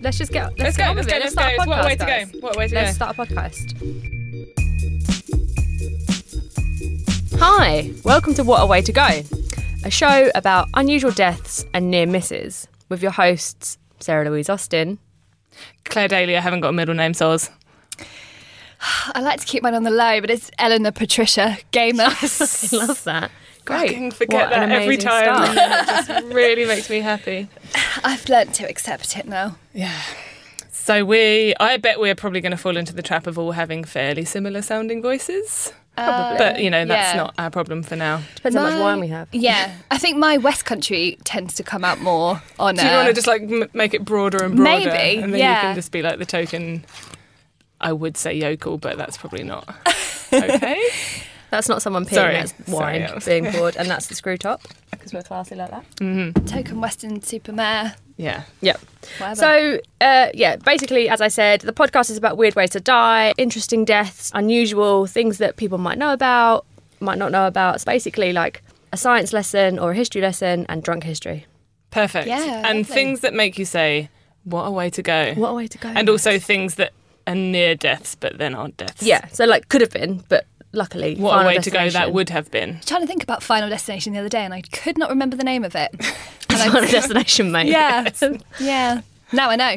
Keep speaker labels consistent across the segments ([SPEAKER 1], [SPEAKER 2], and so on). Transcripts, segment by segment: [SPEAKER 1] Let's just get. Let's,
[SPEAKER 2] Let's
[SPEAKER 1] get
[SPEAKER 2] go.
[SPEAKER 1] on
[SPEAKER 2] Let's
[SPEAKER 1] with
[SPEAKER 2] go.
[SPEAKER 1] it.
[SPEAKER 2] Let's go.
[SPEAKER 1] start a
[SPEAKER 2] It's What a
[SPEAKER 1] podcast,
[SPEAKER 2] way to
[SPEAKER 1] guys.
[SPEAKER 2] go? What a way to
[SPEAKER 1] Let's
[SPEAKER 2] go?
[SPEAKER 1] start a podcast.
[SPEAKER 3] Hi, welcome to What a Way to Go, a show about unusual deaths and near misses with your hosts, Sarah Louise Austin.
[SPEAKER 2] Claire Daly. I haven't got a middle name, Soz.
[SPEAKER 4] I like to keep mine on the low, but it's Eleanor Patricia Gamer.
[SPEAKER 3] I love that. Great.
[SPEAKER 2] I can forget
[SPEAKER 3] What an
[SPEAKER 2] that every
[SPEAKER 3] amazing
[SPEAKER 2] time.
[SPEAKER 3] start.
[SPEAKER 2] it just really makes me happy.
[SPEAKER 4] I've learnt to accept it now.
[SPEAKER 2] Yeah. So we, I bet we're probably going to fall into the trap of all having fairly similar sounding voices. Probably. but you know that's
[SPEAKER 4] yeah.
[SPEAKER 2] not our problem for now.
[SPEAKER 3] Depends how much
[SPEAKER 4] My-
[SPEAKER 3] wine we have.
[SPEAKER 4] Yeah, I think my West Country tends to come out more on.
[SPEAKER 2] Do you
[SPEAKER 4] uh,
[SPEAKER 2] want to just like m- make it broader and broader?
[SPEAKER 4] Maybe,
[SPEAKER 2] And then you
[SPEAKER 4] yeah.
[SPEAKER 2] can just be like the token. I would say yokel, but that's probably not okay.
[SPEAKER 3] That's not someone peeing,
[SPEAKER 2] Sorry.
[SPEAKER 3] that's
[SPEAKER 2] Sorry,
[SPEAKER 3] wine
[SPEAKER 2] I was-
[SPEAKER 3] being poured, and that's the screw top because we're classy like that.
[SPEAKER 4] token Western supermare?
[SPEAKER 2] yeah.
[SPEAKER 3] Yep.
[SPEAKER 4] Whatever.
[SPEAKER 3] So, uh, yeah, basically, as I said, the podcast is about weird ways to die, interesting deaths, unusual things that people might know about, might not know about. It's basically like a science lesson or a history lesson and drunk history.
[SPEAKER 2] Perfect.
[SPEAKER 4] Yeah,
[SPEAKER 2] and
[SPEAKER 4] lovely.
[SPEAKER 2] things that make you say, "What a way to go!"
[SPEAKER 3] What a way to go.
[SPEAKER 2] and also things that are near deaths, but then aren't deaths.
[SPEAKER 3] yeah, so like could have been, but luckily,
[SPEAKER 2] What
[SPEAKER 3] Final
[SPEAKER 2] a way to go that
[SPEAKER 3] Destination.
[SPEAKER 2] would have been.
[SPEAKER 4] trying to think about Final Destination the other day, and I could not remember the name of it. And I-
[SPEAKER 3] Final destination, mate.
[SPEAKER 4] yeah,
[SPEAKER 3] there
[SPEAKER 4] yeah. Now I know.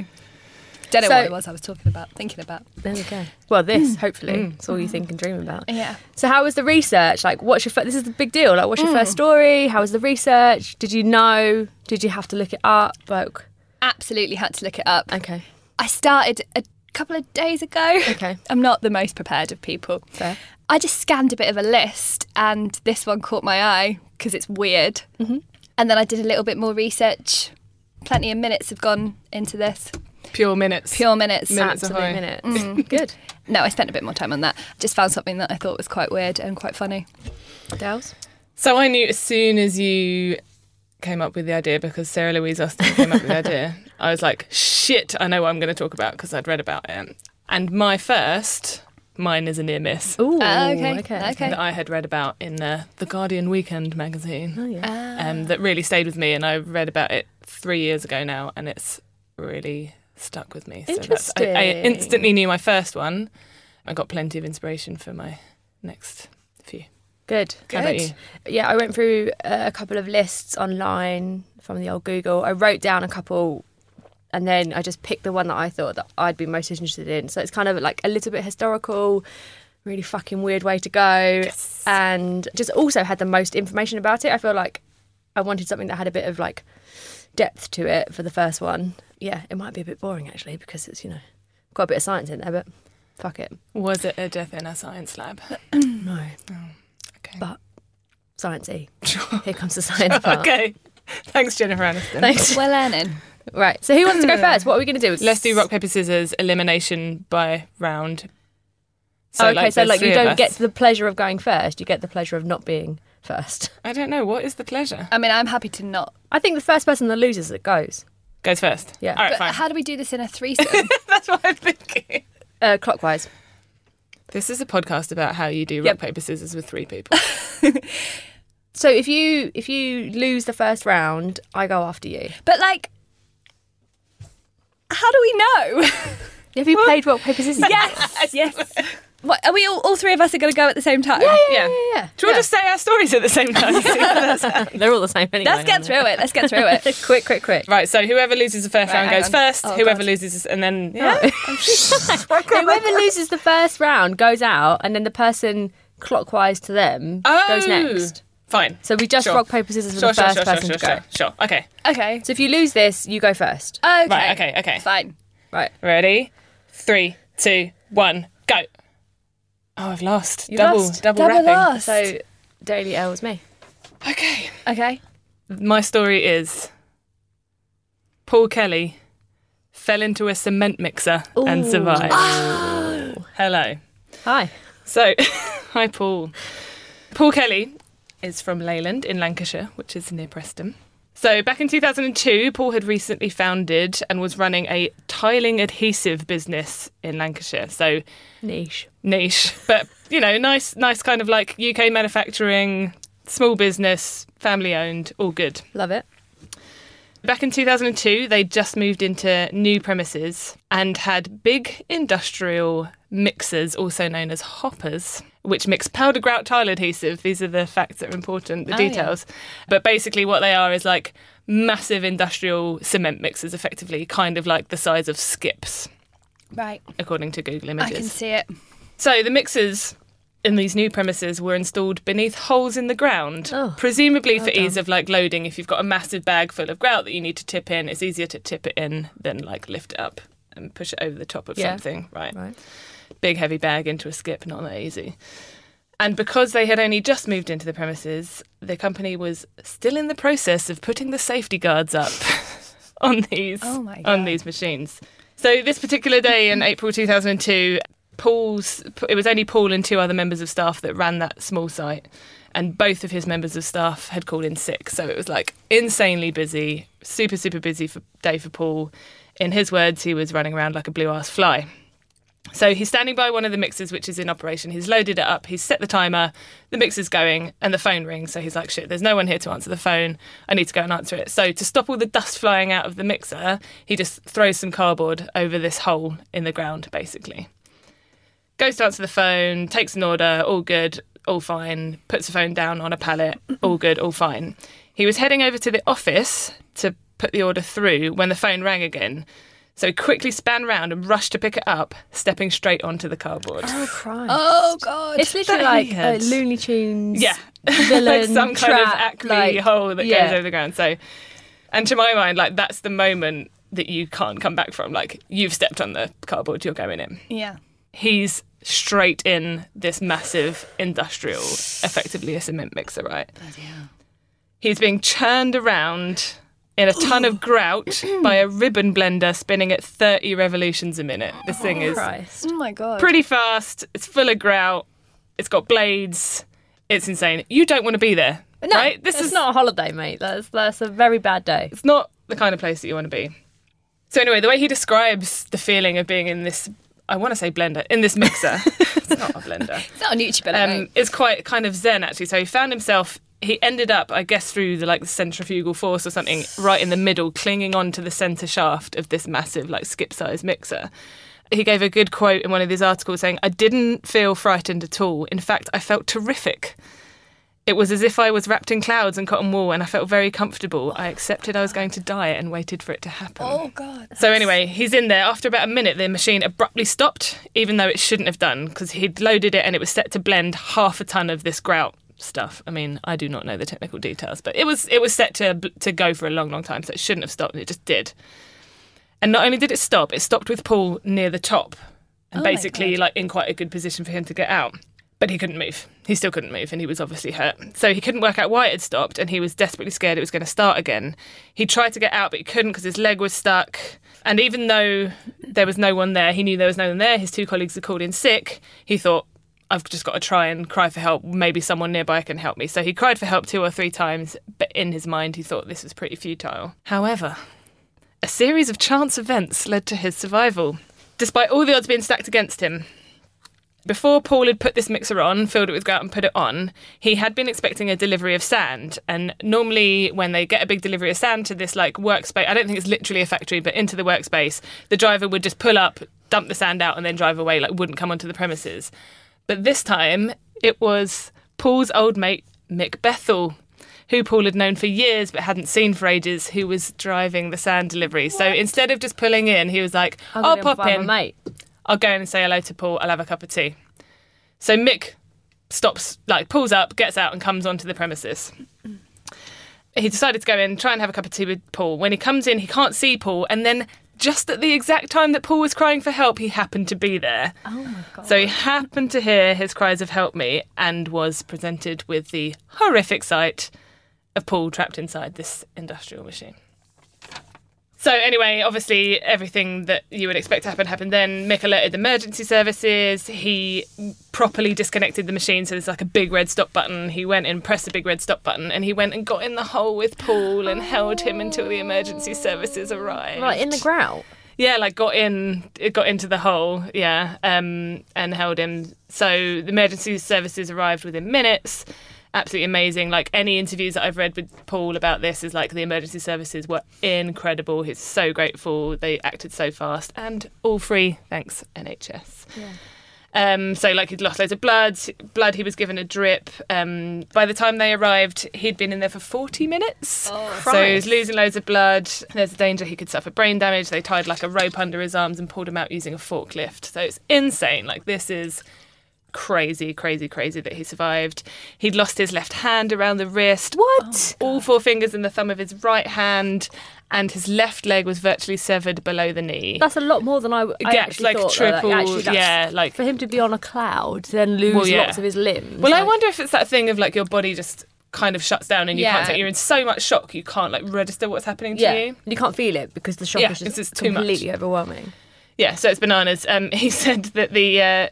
[SPEAKER 4] Don't know
[SPEAKER 3] So-
[SPEAKER 4] what it was I was talking about, thinking about.
[SPEAKER 3] we go. Mm. Well, this hopefully it's all you think and dream about.
[SPEAKER 4] Yeah.
[SPEAKER 3] So, how was the research? Like, what's your? Fir- this is the big deal. Like, what's your first story? How was the research? Did you know? Did you have to look it up? Like,
[SPEAKER 4] Absolutely had to look it up.
[SPEAKER 3] okay,
[SPEAKER 4] I started a couple of days ago.
[SPEAKER 3] Okay.
[SPEAKER 4] I'm not the most prepared of people.
[SPEAKER 3] fair.
[SPEAKER 4] I just scanned a bit of a list and this one caught my eye because it's weird. Mm-hmm. And then I did a little bit more research. Plenty of minutes have gone into this.
[SPEAKER 2] Pure minutes.
[SPEAKER 4] Pure minutes.
[SPEAKER 2] Minutes
[SPEAKER 3] Absolute
[SPEAKER 2] ahoy. Mm.
[SPEAKER 3] minute. Good.
[SPEAKER 4] No, I spent a bit more time on that. Just found something that I thought was quite weird and quite funny.
[SPEAKER 3] Dells?
[SPEAKER 2] So I knew as soon as you came up with the idea because Sarah Louise Austin came up with the idea. I was like, shit, I know what I'm going to talk about because I'd read about it. And my first, mine is a near miss
[SPEAKER 3] Ooh,
[SPEAKER 4] Ah, okay, okay.
[SPEAKER 2] that I had read about in uh, the Guardian Weekend magazine
[SPEAKER 3] Oh, yeah.
[SPEAKER 2] um, that really stayed with me. And I read about it three years ago now and it's really stuck with me. that's- I, I
[SPEAKER 3] Interesting.
[SPEAKER 2] instantly knew my first one. I got plenty of inspiration for my next few.
[SPEAKER 3] Good.
[SPEAKER 2] How about you?
[SPEAKER 3] Yeah, I went through uh, a couple of lists online from the old Google. I wrote down a couple and then I just picked the one that I thought that I'd be most interested in. So it's kind of like a little bit historical, really fucking weird way to go.
[SPEAKER 2] Uh,
[SPEAKER 3] And just also had the most information about it. I feel like I wanted something that had a bit of like depth to it for the first one. Yeah, it might be a bit boring actually because it's, you know, got a bit of science in there, but fuck it.
[SPEAKER 2] Was it a death in a science lab?
[SPEAKER 3] No.
[SPEAKER 2] Mm. Oh, Okay.
[SPEAKER 3] But sciencey. Here comes the science part.
[SPEAKER 2] Okay. Thanks, Jennifer Aniston.
[SPEAKER 3] Oh. Thanks.
[SPEAKER 4] We're learning.
[SPEAKER 3] Right. So who wants to go first? What are we going to do?
[SPEAKER 2] Let's do rock, paper, scissors, elimination by round.
[SPEAKER 3] Oh, okay. so
[SPEAKER 2] there's
[SPEAKER 3] like you
[SPEAKER 2] three of
[SPEAKER 3] don't get
[SPEAKER 2] us.
[SPEAKER 3] the pleasure of going first. You get the pleasure of not being first.
[SPEAKER 2] I don't know. What is the pleasure?
[SPEAKER 4] I mean, I'm happy to not.
[SPEAKER 3] I think the first person that loses that goes
[SPEAKER 2] Goes first.
[SPEAKER 3] Yeah.
[SPEAKER 2] All right,
[SPEAKER 4] But
[SPEAKER 2] fine.
[SPEAKER 4] how do we do this in a threesome?
[SPEAKER 2] That's what I'm thinking.
[SPEAKER 3] uh, clockwise.
[SPEAKER 2] This is a podcast about how you do rock,
[SPEAKER 3] Yep.
[SPEAKER 2] paper, scissors with three people.
[SPEAKER 3] So if you if you lose the first round, I go after you.
[SPEAKER 4] but like, how do we know?
[SPEAKER 3] Have you played rock paper scissors?
[SPEAKER 4] yes, yes. What, are we all, all three of us are going to go at the same time? Yeah,
[SPEAKER 2] yeah.
[SPEAKER 3] Yeah.
[SPEAKER 2] Do we all just say our stories at the same time?
[SPEAKER 3] They're all the same anyway.
[SPEAKER 4] Let's get through it. Let's get through it.
[SPEAKER 3] Quick, quick, quick.
[SPEAKER 2] right, so whoever loses the first
[SPEAKER 4] Right,
[SPEAKER 2] round
[SPEAKER 4] hang
[SPEAKER 2] goes
[SPEAKER 4] on.
[SPEAKER 2] first,
[SPEAKER 4] Oh,
[SPEAKER 2] whoever
[SPEAKER 4] God.
[SPEAKER 2] loses, and then. Yeah.
[SPEAKER 3] Whoever loses the first round goes out, and then the person clockwise to them
[SPEAKER 2] Oh.
[SPEAKER 3] goes next.
[SPEAKER 2] Fine.
[SPEAKER 3] So we just
[SPEAKER 2] Sure.
[SPEAKER 3] rock paper scissors for
[SPEAKER 2] Sure,
[SPEAKER 3] the
[SPEAKER 2] sure,
[SPEAKER 3] first
[SPEAKER 2] sure,
[SPEAKER 3] person
[SPEAKER 2] sure, sure,
[SPEAKER 3] to go.
[SPEAKER 2] sure, sure. Okay.
[SPEAKER 4] Okay.
[SPEAKER 3] So if you lose this, you go first.
[SPEAKER 4] Okay.
[SPEAKER 2] Right, okay, okay.
[SPEAKER 4] Fine.
[SPEAKER 3] Right.
[SPEAKER 2] Ready? Three, two, one, go. Oh, I've lost.
[SPEAKER 3] You've
[SPEAKER 2] double,
[SPEAKER 3] lost.
[SPEAKER 2] double,
[SPEAKER 4] Double
[SPEAKER 2] wrapping.
[SPEAKER 4] lost.
[SPEAKER 3] So Daily L was me.
[SPEAKER 2] Okay.
[SPEAKER 4] Okay.
[SPEAKER 2] My story is Paul Kelly fell into a cement mixer and survived. Hello.
[SPEAKER 3] Hi.
[SPEAKER 2] So, hi, Paul. Paul Kelly is from Leyland in Lancashire, which is near Preston. So, back in 2002, Paul had recently founded and was running a tiling adhesive business in Lancashire. So,
[SPEAKER 3] Niche.
[SPEAKER 2] niche, but you know, nice, nice kind of like UK manufacturing, small business, family owned, all good.
[SPEAKER 3] Love it.
[SPEAKER 2] Back in 2002, they just moved into new premises and had big industrial mixers, also known as hoppers, which mix powder grout tile adhesive. These are the facts that are important, the
[SPEAKER 4] Oh, yeah.
[SPEAKER 2] details. But basically, what they are is like massive industrial cement mixers, effectively, kind of like the size of skips,
[SPEAKER 4] Right.
[SPEAKER 2] according to Google
[SPEAKER 4] I
[SPEAKER 2] Images.
[SPEAKER 4] can see it.
[SPEAKER 2] So the mixers in these new premises were installed beneath holes in the ground,
[SPEAKER 5] Oh,
[SPEAKER 2] presumably for
[SPEAKER 5] well
[SPEAKER 2] ease of like loading. If you've got a massive bag full of grout that you need to tip in, it's easier to tip it in than like lift it up and push it over the top of
[SPEAKER 5] Yeah.
[SPEAKER 2] something, right?
[SPEAKER 5] Right.
[SPEAKER 2] Big heavy bag into a skip, not that easy. And because they had only just moved into the premises, the company was still in the process of putting the safety guards up on these
[SPEAKER 4] Oh my
[SPEAKER 2] on
[SPEAKER 4] God.
[SPEAKER 2] these machines. So this particular day in April 2002, Paul's it was only Paul and two other members of staff that ran that small site, and both of his members of staff had called in sick. So it was like insanely busy, super super busy for, day for Paul. In his words, he was running around like a blue ass fly. So he's standing by one of the mixers, which is in operation. He's loaded it up, he's set the timer, the mixer's going, and the phone rings. So he's like, shit, there's no one here to answer the phone. I need to go and answer it. So to stop all the dust flying out of the mixer, he just throws some cardboard over this hole in the ground, basically. Goes to answer the phone, takes an order, all good, all fine, puts the phone down on a pallet, all good, all fine. He was heading over to the office to put the order through when the phone rang again. So he quickly span round and rushed to pick it up, stepping straight onto the cardboard.
[SPEAKER 5] Oh, Christ.
[SPEAKER 4] Oh God.
[SPEAKER 5] It's literally
[SPEAKER 2] That
[SPEAKER 3] uh,
[SPEAKER 5] like a
[SPEAKER 2] head.
[SPEAKER 5] Looney Tunes
[SPEAKER 2] Yeah.
[SPEAKER 5] villain
[SPEAKER 2] like some kind of
[SPEAKER 5] trap,
[SPEAKER 2] acme
[SPEAKER 5] like-
[SPEAKER 2] hole that
[SPEAKER 5] yeah.
[SPEAKER 2] goes over the ground. So, and to my mind, like that's the moment that you can't come back from. Like you've stepped on the cardboard, you're going in.
[SPEAKER 4] yeah.
[SPEAKER 2] He's straight in this massive industrial, effectively a cement mixer, right? He's being churned around in a ton of grout by a ribbon blender spinning at 30 revolutions a minute. This thing is
[SPEAKER 5] Christ.
[SPEAKER 4] Oh my God.
[SPEAKER 2] pretty fast. It's full of grout. It's got blades. It's insane. You don't want to be there,
[SPEAKER 5] No,
[SPEAKER 2] right?
[SPEAKER 5] this is not a holiday, mate. That's that's a very bad day.
[SPEAKER 2] It's not the kind of place that you want to be. So anyway, the way he describes the feeling of being in this, I want to say blender, in this mixer. it's not a blender.
[SPEAKER 4] It's not a Nutribullet.
[SPEAKER 2] Um,
[SPEAKER 4] mate.
[SPEAKER 2] is quite kind of zen actually. So he found himself. He ended up, I guess, through the like the centrifugal force or something, right in the middle, clinging on to the center shaft of this massive like skip size mixer. He gave a good quote in one of his articles saying, "I didn't feel frightened at all. In fact, I felt terrific." It was as if I was wrapped in clouds and cotton wool, and I felt very comfortable. I accepted I was going to die and waited for it to happen.
[SPEAKER 4] Oh God.
[SPEAKER 2] So anyway, he's in there. After about a minute, the machine abruptly stopped, even though it shouldn't have done, because he'd loaded it and it was set to blend half a ton of this grout stuff. I mean, I do not know the technical details, but it was it was set to bl- to go for a long, long time, so it shouldn't have stopped. and It just did. And not only did it stop, it stopped with Paul near the top, and
[SPEAKER 4] Oh my
[SPEAKER 2] basically like in quite a good position for him to get out. But he couldn't move. He still couldn't move, and he was obviously hurt. So he couldn't work out why it had stopped, and he was desperately scared it was going to start again. He tried to get out, but he couldn't because his leg was stuck. And even though there was no one there, he knew there was no one there. His two colleagues had called in sick. He thought, I've just got to try and cry for help. Maybe someone nearby can help me. So he cried for help two or three times, but in his mind, he thought this was pretty futile. However, a series of chance events led to his survival, despite all the odds being stacked against him. Before Paul had put this mixer on, filled it with grout, and put it on, he had been expecting a delivery of sand. And normally, when they get a big delivery of sand to this like workspace, I don't think it's literally a factory, but into the workspace, the driver would just pull up, dump the sand out, and then drive away. Like wouldn't come onto the premises. But this time, it was Paul's old mate Mick Bethel, who Paul had known for years but hadn't seen for ages, who was driving the sand delivery. So instead of just pulling in, he was like,
[SPEAKER 5] I'm
[SPEAKER 2] "I'll
[SPEAKER 5] gonna
[SPEAKER 2] pop
[SPEAKER 5] buy
[SPEAKER 2] in."
[SPEAKER 5] my mate.
[SPEAKER 2] I'll go in and say hello to Paul. I'll have a cup of tea. So Mick stops, like, pulls up, gets out, and comes onto the premises. He decided to go in, try and have a cup of tea with Paul. When he comes in, he can't see Paul, and then just at the exact time that Paul was crying for help, he happened to be there.
[SPEAKER 4] oh my God.
[SPEAKER 2] So he happened to hear his cries of help me and was presented with the horrific sight of Paul trapped inside this industrial machine. So anyway, obviously everything that you would expect to happen happened then. Mick alerted the emergency services. He properly disconnected the machine, so there's like a big red stop button. He went and pressed the big red stop button and he went and got in the hole with Paul and held him until the emergency services arrived.
[SPEAKER 5] Like in the grout.
[SPEAKER 2] Yeah, like got in, it got into the hole, yeah, um, and held him. So the emergency services arrived within minutes, absolutely amazing. Like any interviews that I've read with Paul about this is like the emergency services were incredible. He's so grateful. They acted so fast and all free. Thanks NHS. Um, so like he'd lost loads of blood. Blood he was given a drip. Um, by the time they arrived, he'd been in there for forty minutes.
[SPEAKER 3] Oh,
[SPEAKER 2] so he was losing loads of blood. There's a danger he could suffer brain damage. They tied like a rope under his arms and pulled him out using a forklift. So it's insane. Like this is crazy, crazy, crazy that he survived. He'd lost his left hand around the wrist.
[SPEAKER 3] Oh.
[SPEAKER 2] What? All four fingers and the thumb of his right hand, and his left leg was virtually severed below the knee.
[SPEAKER 3] That's a lot more than I, I actually
[SPEAKER 2] like
[SPEAKER 3] thought. though,
[SPEAKER 2] triple,
[SPEAKER 3] actually, that's-
[SPEAKER 2] yeah, like
[SPEAKER 3] For him to be on a cloud, then lose
[SPEAKER 2] Well, yeah.
[SPEAKER 3] lots of his limbs.
[SPEAKER 2] Well, I
[SPEAKER 3] like-
[SPEAKER 2] wonder if it's that thing of like your body just kind of shuts down and you can't
[SPEAKER 4] Yeah.
[SPEAKER 2] take, you're in so much shock you can't like register what's happening to
[SPEAKER 3] Yeah,
[SPEAKER 2] you.
[SPEAKER 3] you can't feel it because the shock
[SPEAKER 2] Yeah,
[SPEAKER 3] is just
[SPEAKER 2] it's just too much.
[SPEAKER 3] completely overwhelming.
[SPEAKER 2] Yeah, so it's bananas. Um, he said that the uh,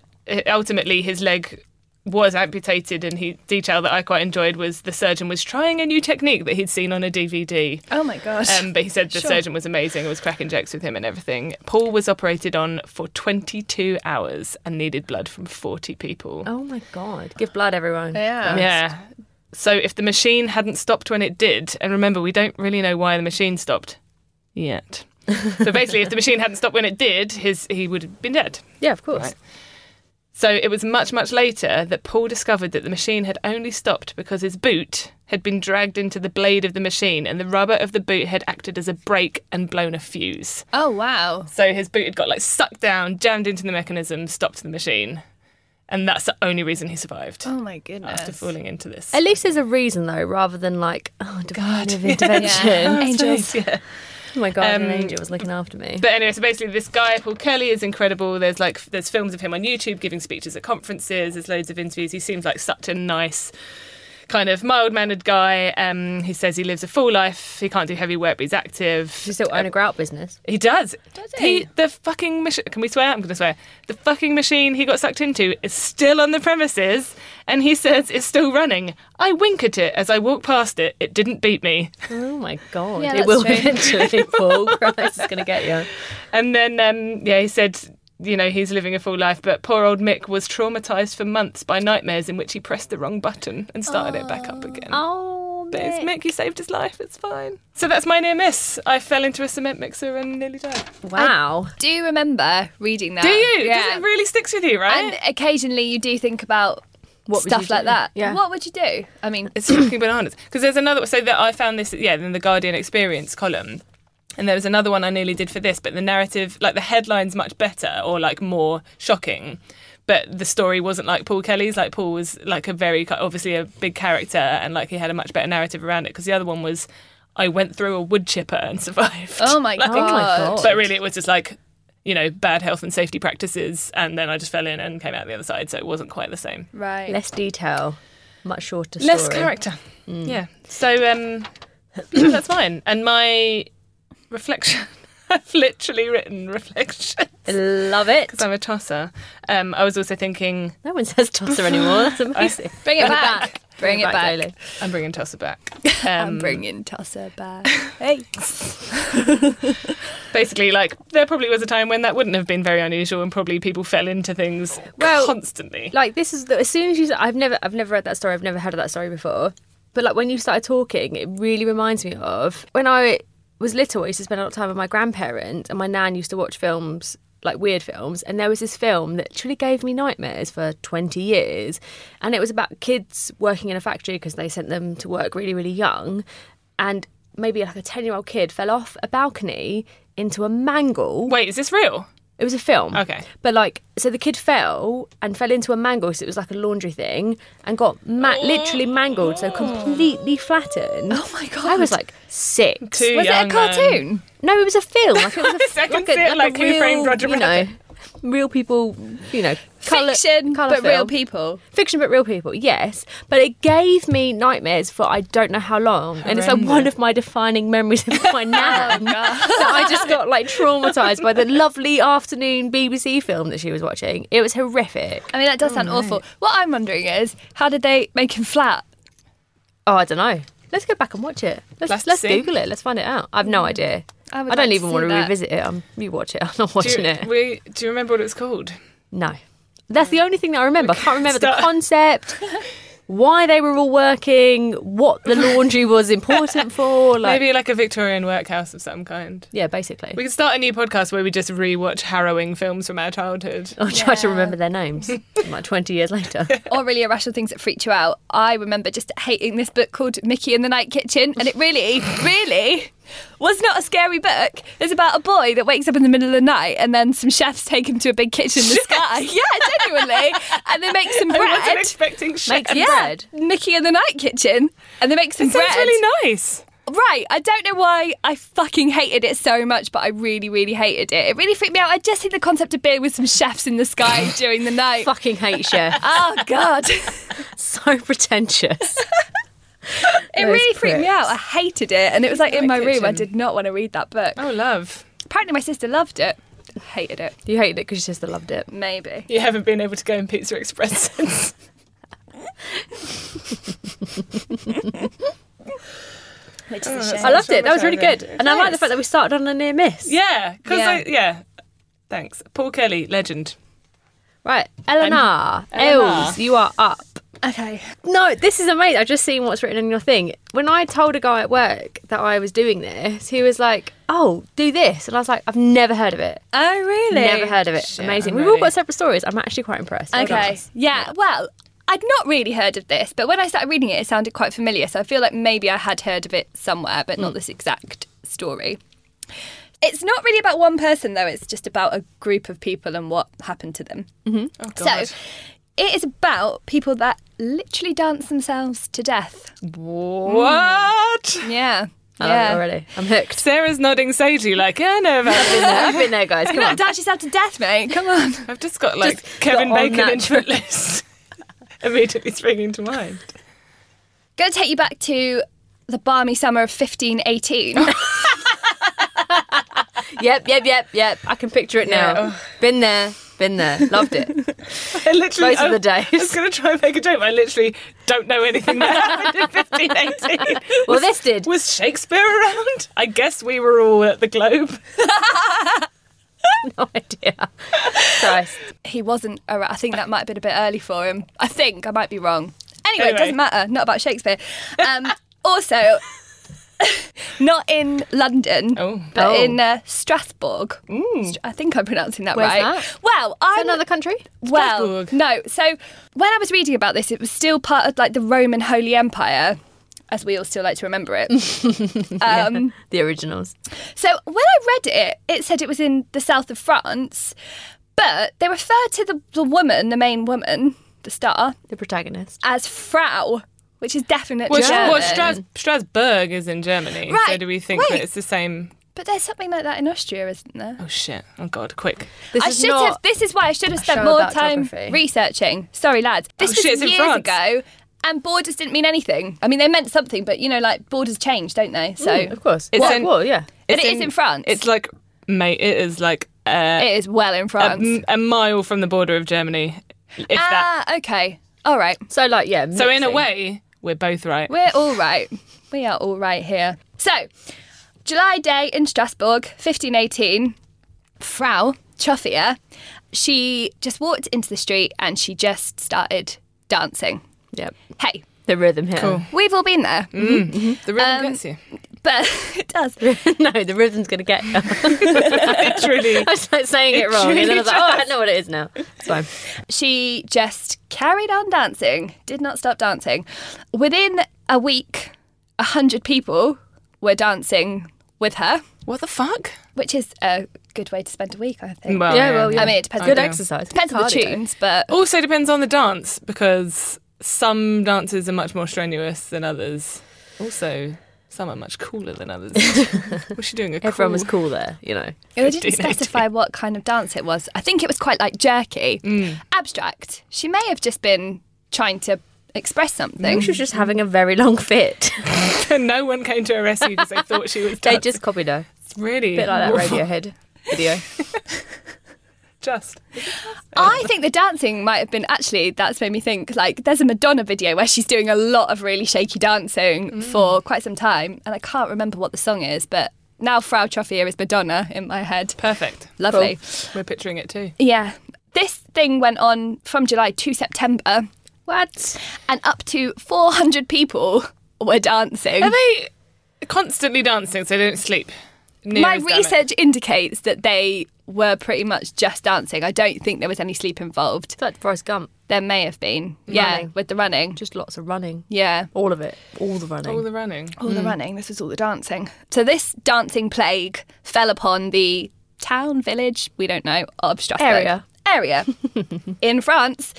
[SPEAKER 2] ultimately his leg was amputated, and he detail that I quite enjoyed was the surgeon was trying a new technique that he'd seen on a DVD.
[SPEAKER 4] Oh my gosh.
[SPEAKER 2] Um, but he said the
[SPEAKER 4] Sure.
[SPEAKER 2] surgeon was amazing and was cracking jokes with him and everything. Paul was operated on for 22 hours and needed blood from 40 people.
[SPEAKER 3] Oh my god! Give blood, everyone.
[SPEAKER 2] Uh,
[SPEAKER 4] yeah.
[SPEAKER 2] Yeah. So if the machine hadn't stopped when it did, and remember, we don't really know why the machine stopped yet. so basically, if the machine hadn't stopped when it did, his he would have been dead.
[SPEAKER 3] Yeah, of course.
[SPEAKER 2] Right. So it was much, much later that Paul discovered that the machine had only stopped because his boot had been dragged into the blade of the machine, and the rubber of the boot had acted as a brake and blown a fuse.
[SPEAKER 4] Oh wow.
[SPEAKER 2] So his boot had got like sucked down, jammed into the mechanism, stopped the machine, and that's the only reason he survived
[SPEAKER 4] Oh my goodness.
[SPEAKER 2] after falling into this.
[SPEAKER 3] At least there's a reason though, rather than like oh divine intervention.
[SPEAKER 4] Yeah. Angels.
[SPEAKER 3] Oh my god,
[SPEAKER 2] Um,
[SPEAKER 3] an angel was looking after me.
[SPEAKER 2] But anyway, so basically, this guy Paul Kelly is incredible. There's like there's films of him on YouTube giving speeches at conferences. There's loads of interviews. He seems like such a nice, kind of mild-mannered guy. Um, he says he lives a full life. He can't do heavy work, but he's active.
[SPEAKER 3] She still own a grout business.
[SPEAKER 2] He does.
[SPEAKER 4] Does he?
[SPEAKER 2] The fucking machine. Can we swear? I'm going to swear. The fucking machine he got sucked into is still on the premises, and he says it's still running. I wink at it as I walk past it. It didn't beat me.
[SPEAKER 3] Oh my god,
[SPEAKER 4] Yeah,
[SPEAKER 3] it
[SPEAKER 4] that's
[SPEAKER 3] will
[SPEAKER 4] true.
[SPEAKER 3] eventually. Paul Christ is gonna get you.
[SPEAKER 2] And then, um, yeah, he said, you know, he's living a full life, but poor old Mick was traumatized for months by nightmares in which he pressed the wrong button and started it back up again.
[SPEAKER 3] Oh,
[SPEAKER 2] But it's Mick who saved his life, it's fine. So that's my near miss. I fell into a cement mixer and nearly died.
[SPEAKER 3] wow.
[SPEAKER 4] Do you remember reading that?
[SPEAKER 2] Do you?
[SPEAKER 4] Yeah.
[SPEAKER 2] Does it really sticks with you, right?
[SPEAKER 4] and occasionally you do think about
[SPEAKER 3] What would you
[SPEAKER 4] stuff like
[SPEAKER 3] do?
[SPEAKER 4] that.
[SPEAKER 3] Yeah.
[SPEAKER 4] What would you do? I mean,
[SPEAKER 2] it's fucking bananas. Because there's another, so that I found this, yeah, in the Guardian Experience column. And there was another one I nearly did for this, but the narrative, like the headline's much better or like more shocking. But the story wasn't like Paul Kelly's. Like Paul was like a very, obviously a big character and like he had a much better narrative around it. Because the other one was, I went through a wood chipper and survived.
[SPEAKER 4] oh my
[SPEAKER 2] Like,
[SPEAKER 4] god.
[SPEAKER 3] God.
[SPEAKER 2] But really it was just like, you know, bad health and safety practices. And then I just fell in and came out the other side. So it wasn't quite the same
[SPEAKER 4] Right.
[SPEAKER 3] Less detail, much shorter.
[SPEAKER 2] less
[SPEAKER 3] story.
[SPEAKER 2] character. Yeah. So um, yeah, that's mine. And my reflection. I've literally written reflection
[SPEAKER 3] Love it.
[SPEAKER 2] because I'm a tosser. Um, I was also thinking
[SPEAKER 3] No one says tosser anymore. That's amazing.
[SPEAKER 4] Bring it back. Bring it back.
[SPEAKER 3] Lily.
[SPEAKER 2] I'm bringing tosser back.
[SPEAKER 4] I'm
[SPEAKER 2] Um,
[SPEAKER 4] bringing Tosser back.
[SPEAKER 2] basically, like there probably was a time when that wouldn't have been very unusual, and probably people fell into things
[SPEAKER 3] Well,
[SPEAKER 2] constantly.
[SPEAKER 3] Like this is the, as soon as you. s- I've never. I've never read that story. I've never heard of that story before. But like when you started talking, it really reminds me of when I was little. I used to spend a lot of time with my grandparents, and my nan used to watch films like weird films. And there was this film that truly gave me nightmares for twenty years, and it was about kids working in a factory because they sent them to work really, really young, and maybe like a ten-year-old kid fell off a balcony into a mangle.
[SPEAKER 2] Wait, is this real?
[SPEAKER 3] It was a film.
[SPEAKER 2] Okay.
[SPEAKER 3] But like, so the kid fell and fell into a mangle, so it was like a laundry thing, and got ma-
[SPEAKER 2] Oh.
[SPEAKER 3] literally mangled, so completely flattened. Oh
[SPEAKER 4] my
[SPEAKER 3] I was like six.
[SPEAKER 2] Too young um,
[SPEAKER 4] Was it a
[SPEAKER 2] and-
[SPEAKER 4] cartoon?
[SPEAKER 3] No, it was a film. Like it was a, f-
[SPEAKER 2] I can
[SPEAKER 3] a-
[SPEAKER 2] see it, like,
[SPEAKER 3] a
[SPEAKER 2] Who Framed
[SPEAKER 3] real,
[SPEAKER 2] Roger
[SPEAKER 3] you know,
[SPEAKER 2] Rabbit.
[SPEAKER 3] real people, you know, colour-
[SPEAKER 4] Fiction,
[SPEAKER 3] colour
[SPEAKER 4] but real
[SPEAKER 3] film.
[SPEAKER 4] people.
[SPEAKER 3] Fiction, but real people, yes. But it gave me nightmares for I don't know how long. And it's like one of my defining memories of my nan. so I just got like traumatised by the lovely afternoon BBC film that she was watching. It was horrific.
[SPEAKER 4] I mean, that
[SPEAKER 2] Oh,
[SPEAKER 4] does sound awful. What I'm wondering is, how did they make him flat?
[SPEAKER 3] Oh, I don't know. Let's go back and watch it. Let's,
[SPEAKER 2] Let's
[SPEAKER 3] let's,
[SPEAKER 2] see.
[SPEAKER 3] Google it. Let's find it out. I've no idea.
[SPEAKER 4] I
[SPEAKER 3] I,
[SPEAKER 4] would
[SPEAKER 3] don't
[SPEAKER 4] like to
[SPEAKER 3] even
[SPEAKER 4] see
[SPEAKER 3] want to
[SPEAKER 4] that.
[SPEAKER 3] revisit it. I'm, you watch it. I'm not
[SPEAKER 2] Do
[SPEAKER 3] watching
[SPEAKER 2] you,
[SPEAKER 3] it.
[SPEAKER 2] we, do you remember what it was called?
[SPEAKER 3] No. That's the only thing that I remember. I can't remember the
[SPEAKER 2] Start-
[SPEAKER 3] concept. why they were all working, what the laundry was important for. Like,
[SPEAKER 2] Maybe like a Victorian workhouse of some kind.
[SPEAKER 3] yeah, basically.
[SPEAKER 2] We could start a new podcast where we just rewatch harrowing films from our childhood.
[SPEAKER 4] Oh,
[SPEAKER 3] I'll try to
[SPEAKER 4] Yeah.
[SPEAKER 3] remember their names like 20 years later.
[SPEAKER 4] or really irrational things that freaked you out. I remember just hating this book called Mickey in the Night Kitchen, and it really, really was not a scary book. It's about a boy that wakes up in the middle of the night, and then some chefs take him to a big kitchen in the sky. Yeah, genuinely, and they make some
[SPEAKER 2] I wasn't
[SPEAKER 4] bread.
[SPEAKER 2] expecting shit.
[SPEAKER 3] Makes-
[SPEAKER 2] It
[SPEAKER 4] yeah,
[SPEAKER 3] bread.
[SPEAKER 4] Mickey in the Night Kitchen, and they make some bread.
[SPEAKER 2] sounds really nice.
[SPEAKER 4] Right, I don't know why I fucking hated it so much, but I really, really hated it. It really freaked me out. I just hate the concept of beer with some chefs in the sky during the night.
[SPEAKER 3] Fucking hate chef.
[SPEAKER 4] Oh god.
[SPEAKER 3] so pretentious.
[SPEAKER 4] It
[SPEAKER 3] Those
[SPEAKER 4] really freaked me
[SPEAKER 3] pricks.
[SPEAKER 4] out. I hated it, and it was like in my room. I
[SPEAKER 2] kitchen.
[SPEAKER 4] did not want to read that book.
[SPEAKER 2] Oh, love.
[SPEAKER 4] Apparently, my sister loved it. Hated it.
[SPEAKER 3] You hated it because your sister loved it.
[SPEAKER 4] Maybe.
[SPEAKER 2] You haven't been able to go in Pizza Express since.
[SPEAKER 4] Which is a shame.
[SPEAKER 3] I loved it. That was really
[SPEAKER 2] traumatising.
[SPEAKER 3] good. And I like the fact that we started on a near miss.
[SPEAKER 2] Yeah, because
[SPEAKER 4] Yeah.
[SPEAKER 2] yeah. Thanks, Paul Kelly, legend.
[SPEAKER 3] Right. Eleanor,
[SPEAKER 2] Eleanor.
[SPEAKER 3] Ells, you are up.
[SPEAKER 4] okay.
[SPEAKER 3] No, this is amazing. I've just seen what's written in your thing. When I told a guy at work that I was doing this, he was like, "Oh, do this," and I was like, "I've never heard of it.
[SPEAKER 4] Oh really?
[SPEAKER 3] Never heard of it.
[SPEAKER 2] Shit,
[SPEAKER 3] amazing.
[SPEAKER 2] I'm
[SPEAKER 3] We've all
[SPEAKER 2] ready.
[SPEAKER 3] got separate stories. I'm actually quite impressed. Well done.
[SPEAKER 4] Okay. Yeah. Well, I'd not really heard of this, but when I started reading it, it sounded quite familiar. So I feel like maybe I had heard of it somewhere, but
[SPEAKER 3] Hmm.
[SPEAKER 4] not this exact story. It's not really about one person, though. It's just about a group of people and what happened to them.
[SPEAKER 2] Oh
[SPEAKER 4] So
[SPEAKER 2] God.
[SPEAKER 4] it is about people that literally dance themselves to death.
[SPEAKER 2] what?
[SPEAKER 4] Yeah.
[SPEAKER 3] I love
[SPEAKER 4] yeah.
[SPEAKER 3] it already. I'm hooked.
[SPEAKER 2] Sarah's nodding sagely, like, yeah, I know about
[SPEAKER 3] I've
[SPEAKER 2] it.
[SPEAKER 3] been there, I've been there, guys. Come
[SPEAKER 4] You're
[SPEAKER 3] on.
[SPEAKER 4] not dance yourself to death, mate. Come on.
[SPEAKER 2] I've just got like
[SPEAKER 3] Just
[SPEAKER 2] Kevin
[SPEAKER 3] got on
[SPEAKER 2] Bacon
[SPEAKER 3] that.
[SPEAKER 2] and Footloose immediately springing to mind.
[SPEAKER 4] Going to take you back to the balmy summer of 1518.
[SPEAKER 3] Yep, yep, yep, yep. I can picture it now. Been there, been there. Loved it.
[SPEAKER 2] I literally,
[SPEAKER 3] Most of
[SPEAKER 2] I-
[SPEAKER 3] the days.
[SPEAKER 2] I was going to try and make a joke, but I literally don't know anything that happened in 1518.
[SPEAKER 3] Well, this did.
[SPEAKER 2] Was Shakespeare around? I guess we were all at the Globe.
[SPEAKER 3] No idea. Christ.
[SPEAKER 4] he wasn't around. I think that might have been a bit early for him. I think I might be wrong. Anyway,
[SPEAKER 2] Anyway.
[SPEAKER 4] it doesn't matter. Not about Shakespeare. Um, also, not in London,
[SPEAKER 2] Oh.
[SPEAKER 4] but
[SPEAKER 3] Oh. Mm.
[SPEAKER 4] in uh, Strasbourg. Str- I think I'm pronouncing that
[SPEAKER 3] Where's
[SPEAKER 4] right.
[SPEAKER 3] that?
[SPEAKER 4] Well, I
[SPEAKER 3] Another country?
[SPEAKER 4] well,
[SPEAKER 2] Strasbourg.
[SPEAKER 4] no. So when I was reading about this, it was still part of like the Roman Holy Empire, as we all still like to remember it. um,
[SPEAKER 3] The originals.
[SPEAKER 4] so when I read it, it said it was in the south of France, but they refer to the, the woman, the main woman, the star,
[SPEAKER 3] The protagonist.
[SPEAKER 4] as Frau, which is definitely
[SPEAKER 2] Well, Sh-
[SPEAKER 4] German.
[SPEAKER 2] well Stras- Strasbourg is in Germany, so
[SPEAKER 4] Right,
[SPEAKER 2] do we think
[SPEAKER 4] wait.
[SPEAKER 2] that it's the same?
[SPEAKER 4] but there's something like that in Austria, isn't there?
[SPEAKER 2] Oh shit! Oh god! Quick!
[SPEAKER 3] This
[SPEAKER 4] I
[SPEAKER 3] is
[SPEAKER 4] should
[SPEAKER 3] not...
[SPEAKER 4] have. This is why I should have spent
[SPEAKER 3] show
[SPEAKER 4] more
[SPEAKER 3] about
[SPEAKER 4] time
[SPEAKER 3] geography.
[SPEAKER 4] researching. Sorry, lads. This
[SPEAKER 2] Oh,
[SPEAKER 4] was
[SPEAKER 2] shit, it's in
[SPEAKER 4] years
[SPEAKER 2] France.
[SPEAKER 4] ago, and borders didn't mean anything. I mean, they meant something, but you know, like borders change, don't they? So
[SPEAKER 3] Mm, of course.
[SPEAKER 2] It's
[SPEAKER 3] well,
[SPEAKER 2] in-
[SPEAKER 3] well, yeah.
[SPEAKER 4] But it is in France.
[SPEAKER 2] It's like, mate, it is like uh,
[SPEAKER 4] it is well in
[SPEAKER 2] a,
[SPEAKER 4] France.
[SPEAKER 2] m- a mile from the border of Germany, if that.
[SPEAKER 4] ah, okay. All right.
[SPEAKER 3] So, like, yeah.
[SPEAKER 2] So in a
[SPEAKER 3] mixing.
[SPEAKER 2] way, we're both right.
[SPEAKER 4] We're all right. We are all right here. So, July day in Strasbourg, 1518. Frau Trophia, she just walked into the street and she just started dancing.
[SPEAKER 3] Yep.
[SPEAKER 4] Hey,
[SPEAKER 3] The rhythm here.
[SPEAKER 2] Cool.
[SPEAKER 4] we've all been there,
[SPEAKER 2] The rhythm
[SPEAKER 4] Um,
[SPEAKER 2] gets you.
[SPEAKER 4] but it does.
[SPEAKER 3] no, the rhythm's going to get you. I
[SPEAKER 2] Literally.
[SPEAKER 3] was like saying it, wrong. and then I was like, oh, I know what it is now. It's fine.
[SPEAKER 4] She just carried on dancing, did not stop dancing. Within a week, a hundred people were dancing with her,
[SPEAKER 2] what the fuck?
[SPEAKER 4] which is a good way to spend a week, I think.
[SPEAKER 2] Well,
[SPEAKER 3] yeah, well, yeah.
[SPEAKER 4] I mean, it depends.
[SPEAKER 3] Good
[SPEAKER 4] on-
[SPEAKER 3] exercise.
[SPEAKER 4] Depends on the
[SPEAKER 3] Cardio.
[SPEAKER 4] tunes, but
[SPEAKER 2] Also depends on the dance because some dances are much more strenuous than others. Also, some are much cooler than others. was she doing a cool?
[SPEAKER 3] Everyone was cool there, you know.
[SPEAKER 4] It didn't
[SPEAKER 2] 1580.
[SPEAKER 4] specify what kind of dance it was. I think it was quite like jerky, abstract. She may have just been trying to express something.
[SPEAKER 3] She was just having a very long fit.
[SPEAKER 2] no one came to her rescue because they thought she was
[SPEAKER 3] they
[SPEAKER 2] dancing.
[SPEAKER 3] just copied her.
[SPEAKER 2] It's really
[SPEAKER 3] A bit like that Radiohead video.
[SPEAKER 2] Just
[SPEAKER 4] I think the dancing might have been actually that's made me think like there's a Madonna video where she's doing a lot of really shaky dancing for quite some time, and I can't remember what the song is, but now Frau Trophia is Madonna in my head.
[SPEAKER 2] perfect.
[SPEAKER 4] Lovely.
[SPEAKER 2] We're picturing it too.
[SPEAKER 4] Yeah. This thing went on from July to September,
[SPEAKER 3] What?
[SPEAKER 4] and up to 400 people were dancing.
[SPEAKER 2] Are they constantly dancing so they don't sleep?
[SPEAKER 4] My
[SPEAKER 2] Nero's done it.
[SPEAKER 4] research indicates that they were pretty much just dancing. I don't think there was any sleep involved.
[SPEAKER 3] It's like Forrest Gump.
[SPEAKER 4] There may have been, yeah,
[SPEAKER 3] Running.
[SPEAKER 4] with the running.
[SPEAKER 3] Just lots of running.
[SPEAKER 4] Yeah. Hmm.
[SPEAKER 3] All of it. All the running.
[SPEAKER 2] All the running.
[SPEAKER 4] All Oh, the running. This was all the dancing. So this dancing plague fell upon the town, village, we don't know, of Strasbourg.
[SPEAKER 3] Area.
[SPEAKER 4] Area in France.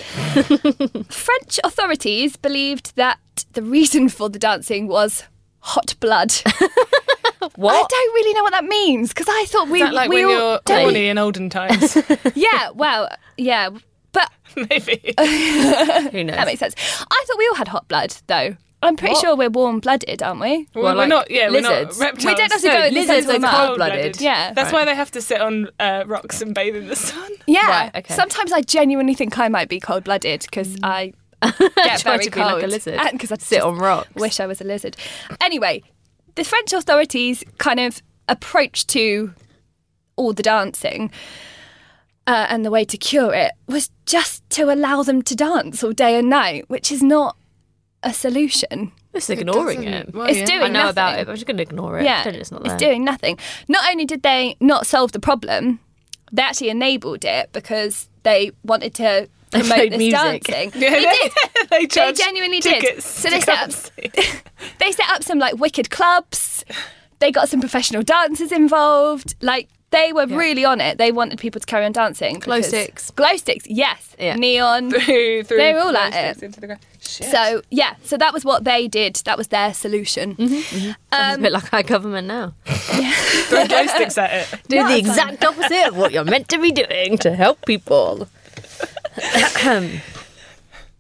[SPEAKER 4] French authorities believed that the reason for the dancing was hot blood. I
[SPEAKER 3] what?
[SPEAKER 4] don't really know what that means because I thought we
[SPEAKER 2] Is that like
[SPEAKER 4] we
[SPEAKER 2] when
[SPEAKER 4] all
[SPEAKER 2] you're
[SPEAKER 4] don't-
[SPEAKER 2] horny in olden times?
[SPEAKER 4] yeah, well, yeah, but
[SPEAKER 2] Maybe.
[SPEAKER 3] Who knows?
[SPEAKER 4] that makes sense. I thought we all had hot blood though. I'm pretty sure we're warm-blooded, aren't we?
[SPEAKER 2] Well, we're
[SPEAKER 3] like
[SPEAKER 2] not, yeah,
[SPEAKER 3] lizards.
[SPEAKER 2] we're
[SPEAKER 3] We
[SPEAKER 2] not reptiles.
[SPEAKER 4] don't have to
[SPEAKER 2] No,
[SPEAKER 4] go in the
[SPEAKER 3] lizards
[SPEAKER 4] sense
[SPEAKER 3] are
[SPEAKER 4] of
[SPEAKER 3] cold blooded.
[SPEAKER 4] Yeah.
[SPEAKER 2] That's why they have to sit on uh, rocks and bathe in the sun.
[SPEAKER 4] Yeah.
[SPEAKER 3] Right, okay. Mm.
[SPEAKER 4] Sometimes I genuinely think I might be cold blooded because I
[SPEAKER 3] Try
[SPEAKER 4] get very
[SPEAKER 3] to be
[SPEAKER 4] cold.
[SPEAKER 3] like a lizard.
[SPEAKER 4] And because I
[SPEAKER 3] Sit on rocks.
[SPEAKER 4] Wish I was a lizard. Anyway, the French authorities kind of approach to all the dancing. Uh, and the way to cure it was just to allow them to dance all day and night, which is not a solution.
[SPEAKER 3] It's ignoring it.
[SPEAKER 2] Well,
[SPEAKER 4] It's
[SPEAKER 2] yeah.
[SPEAKER 4] doing
[SPEAKER 3] I know
[SPEAKER 4] nothing.
[SPEAKER 3] about it, but I'm just going to ignore it.
[SPEAKER 4] Yeah,
[SPEAKER 3] Pretend it's not there.
[SPEAKER 4] doing nothing. Not only did they not solve the problem, they actually enabled it because they wanted to
[SPEAKER 3] They
[SPEAKER 4] promote
[SPEAKER 3] played
[SPEAKER 4] this
[SPEAKER 3] music.
[SPEAKER 4] dancing.
[SPEAKER 2] Yeah,
[SPEAKER 4] they did.
[SPEAKER 2] they, charge
[SPEAKER 4] genuinely did.
[SPEAKER 2] tickets
[SPEAKER 4] So
[SPEAKER 2] to
[SPEAKER 4] they
[SPEAKER 2] come
[SPEAKER 4] set up-
[SPEAKER 2] see.
[SPEAKER 4] They set up some like wicked clubs. They got some professional dancers involved. Like they were really on it. They wanted people to carry on dancing.
[SPEAKER 3] Glow
[SPEAKER 4] because-
[SPEAKER 3] sticks.
[SPEAKER 4] Glow sticks. Yes.
[SPEAKER 3] Yeah.
[SPEAKER 4] Neon.
[SPEAKER 2] through, through
[SPEAKER 4] They're all
[SPEAKER 2] those
[SPEAKER 4] at
[SPEAKER 2] things
[SPEAKER 4] it.
[SPEAKER 2] into the ground. Shit.
[SPEAKER 4] So yeah, so that was what they did. That was their solution.
[SPEAKER 3] Mm-hmm. Sounds a bit like our government now.
[SPEAKER 2] throw glow sticks at it.
[SPEAKER 3] Do the exact opposite of what you're meant to be doing to help people.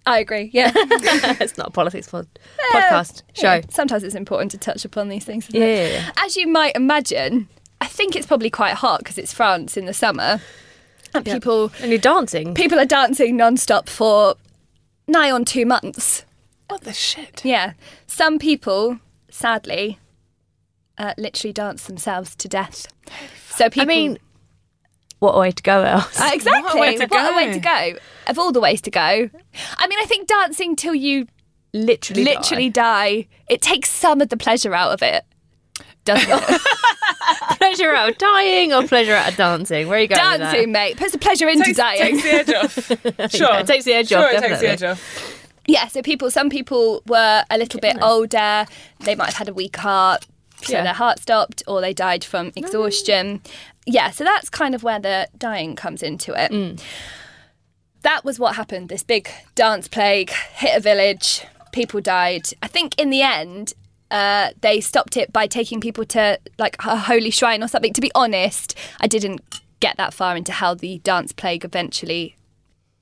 [SPEAKER 4] I agree. Yeah.
[SPEAKER 3] it's not a politics pod- podcast show.
[SPEAKER 4] Yeah, Sometimes it's important to touch upon these things. Isn't
[SPEAKER 3] Yeah,
[SPEAKER 4] it?
[SPEAKER 3] yeah, yeah.
[SPEAKER 4] As you might imagine, I think it's probably quite hot because it's France in the summer, and people
[SPEAKER 3] And you're dancing.
[SPEAKER 4] people are dancing non-stop for nigh on two months.
[SPEAKER 2] What the shit?
[SPEAKER 4] Yeah, some people, sadly, uh, literally dance themselves to death. So people.
[SPEAKER 3] I mean, what a way to go else?
[SPEAKER 4] Uh, exactly.
[SPEAKER 2] What a way to
[SPEAKER 4] What a way
[SPEAKER 2] go.
[SPEAKER 4] to go. Of all the ways to go, I mean, I think dancing till you
[SPEAKER 3] literally,
[SPEAKER 4] literally die, it takes some of the pleasure out of it, doesn't it?
[SPEAKER 3] die. pleasure out of dying or pleasure out of dancing. Where are you going? with that?
[SPEAKER 4] dancing, mate. Puts the pleasure into
[SPEAKER 2] Takes,
[SPEAKER 4] dying.
[SPEAKER 2] takes the edge off. Sure.
[SPEAKER 3] it takes the edge
[SPEAKER 2] sure,
[SPEAKER 3] off,
[SPEAKER 2] it takes the
[SPEAKER 3] definitely.
[SPEAKER 2] edge off.
[SPEAKER 4] yeah, so people, some people were a little bit older. They might have had a weak heart, so
[SPEAKER 3] Yeah.
[SPEAKER 4] their heart stopped, or they died from exhaustion. Yeah, so that's kind of where the dying comes into it. That was what happened. This big dance plague hit a village. People died. I think in the end, uh, they stopped it by taking people to like a holy shrine or something. To be honest, I didn't get that far into how the dance plague eventually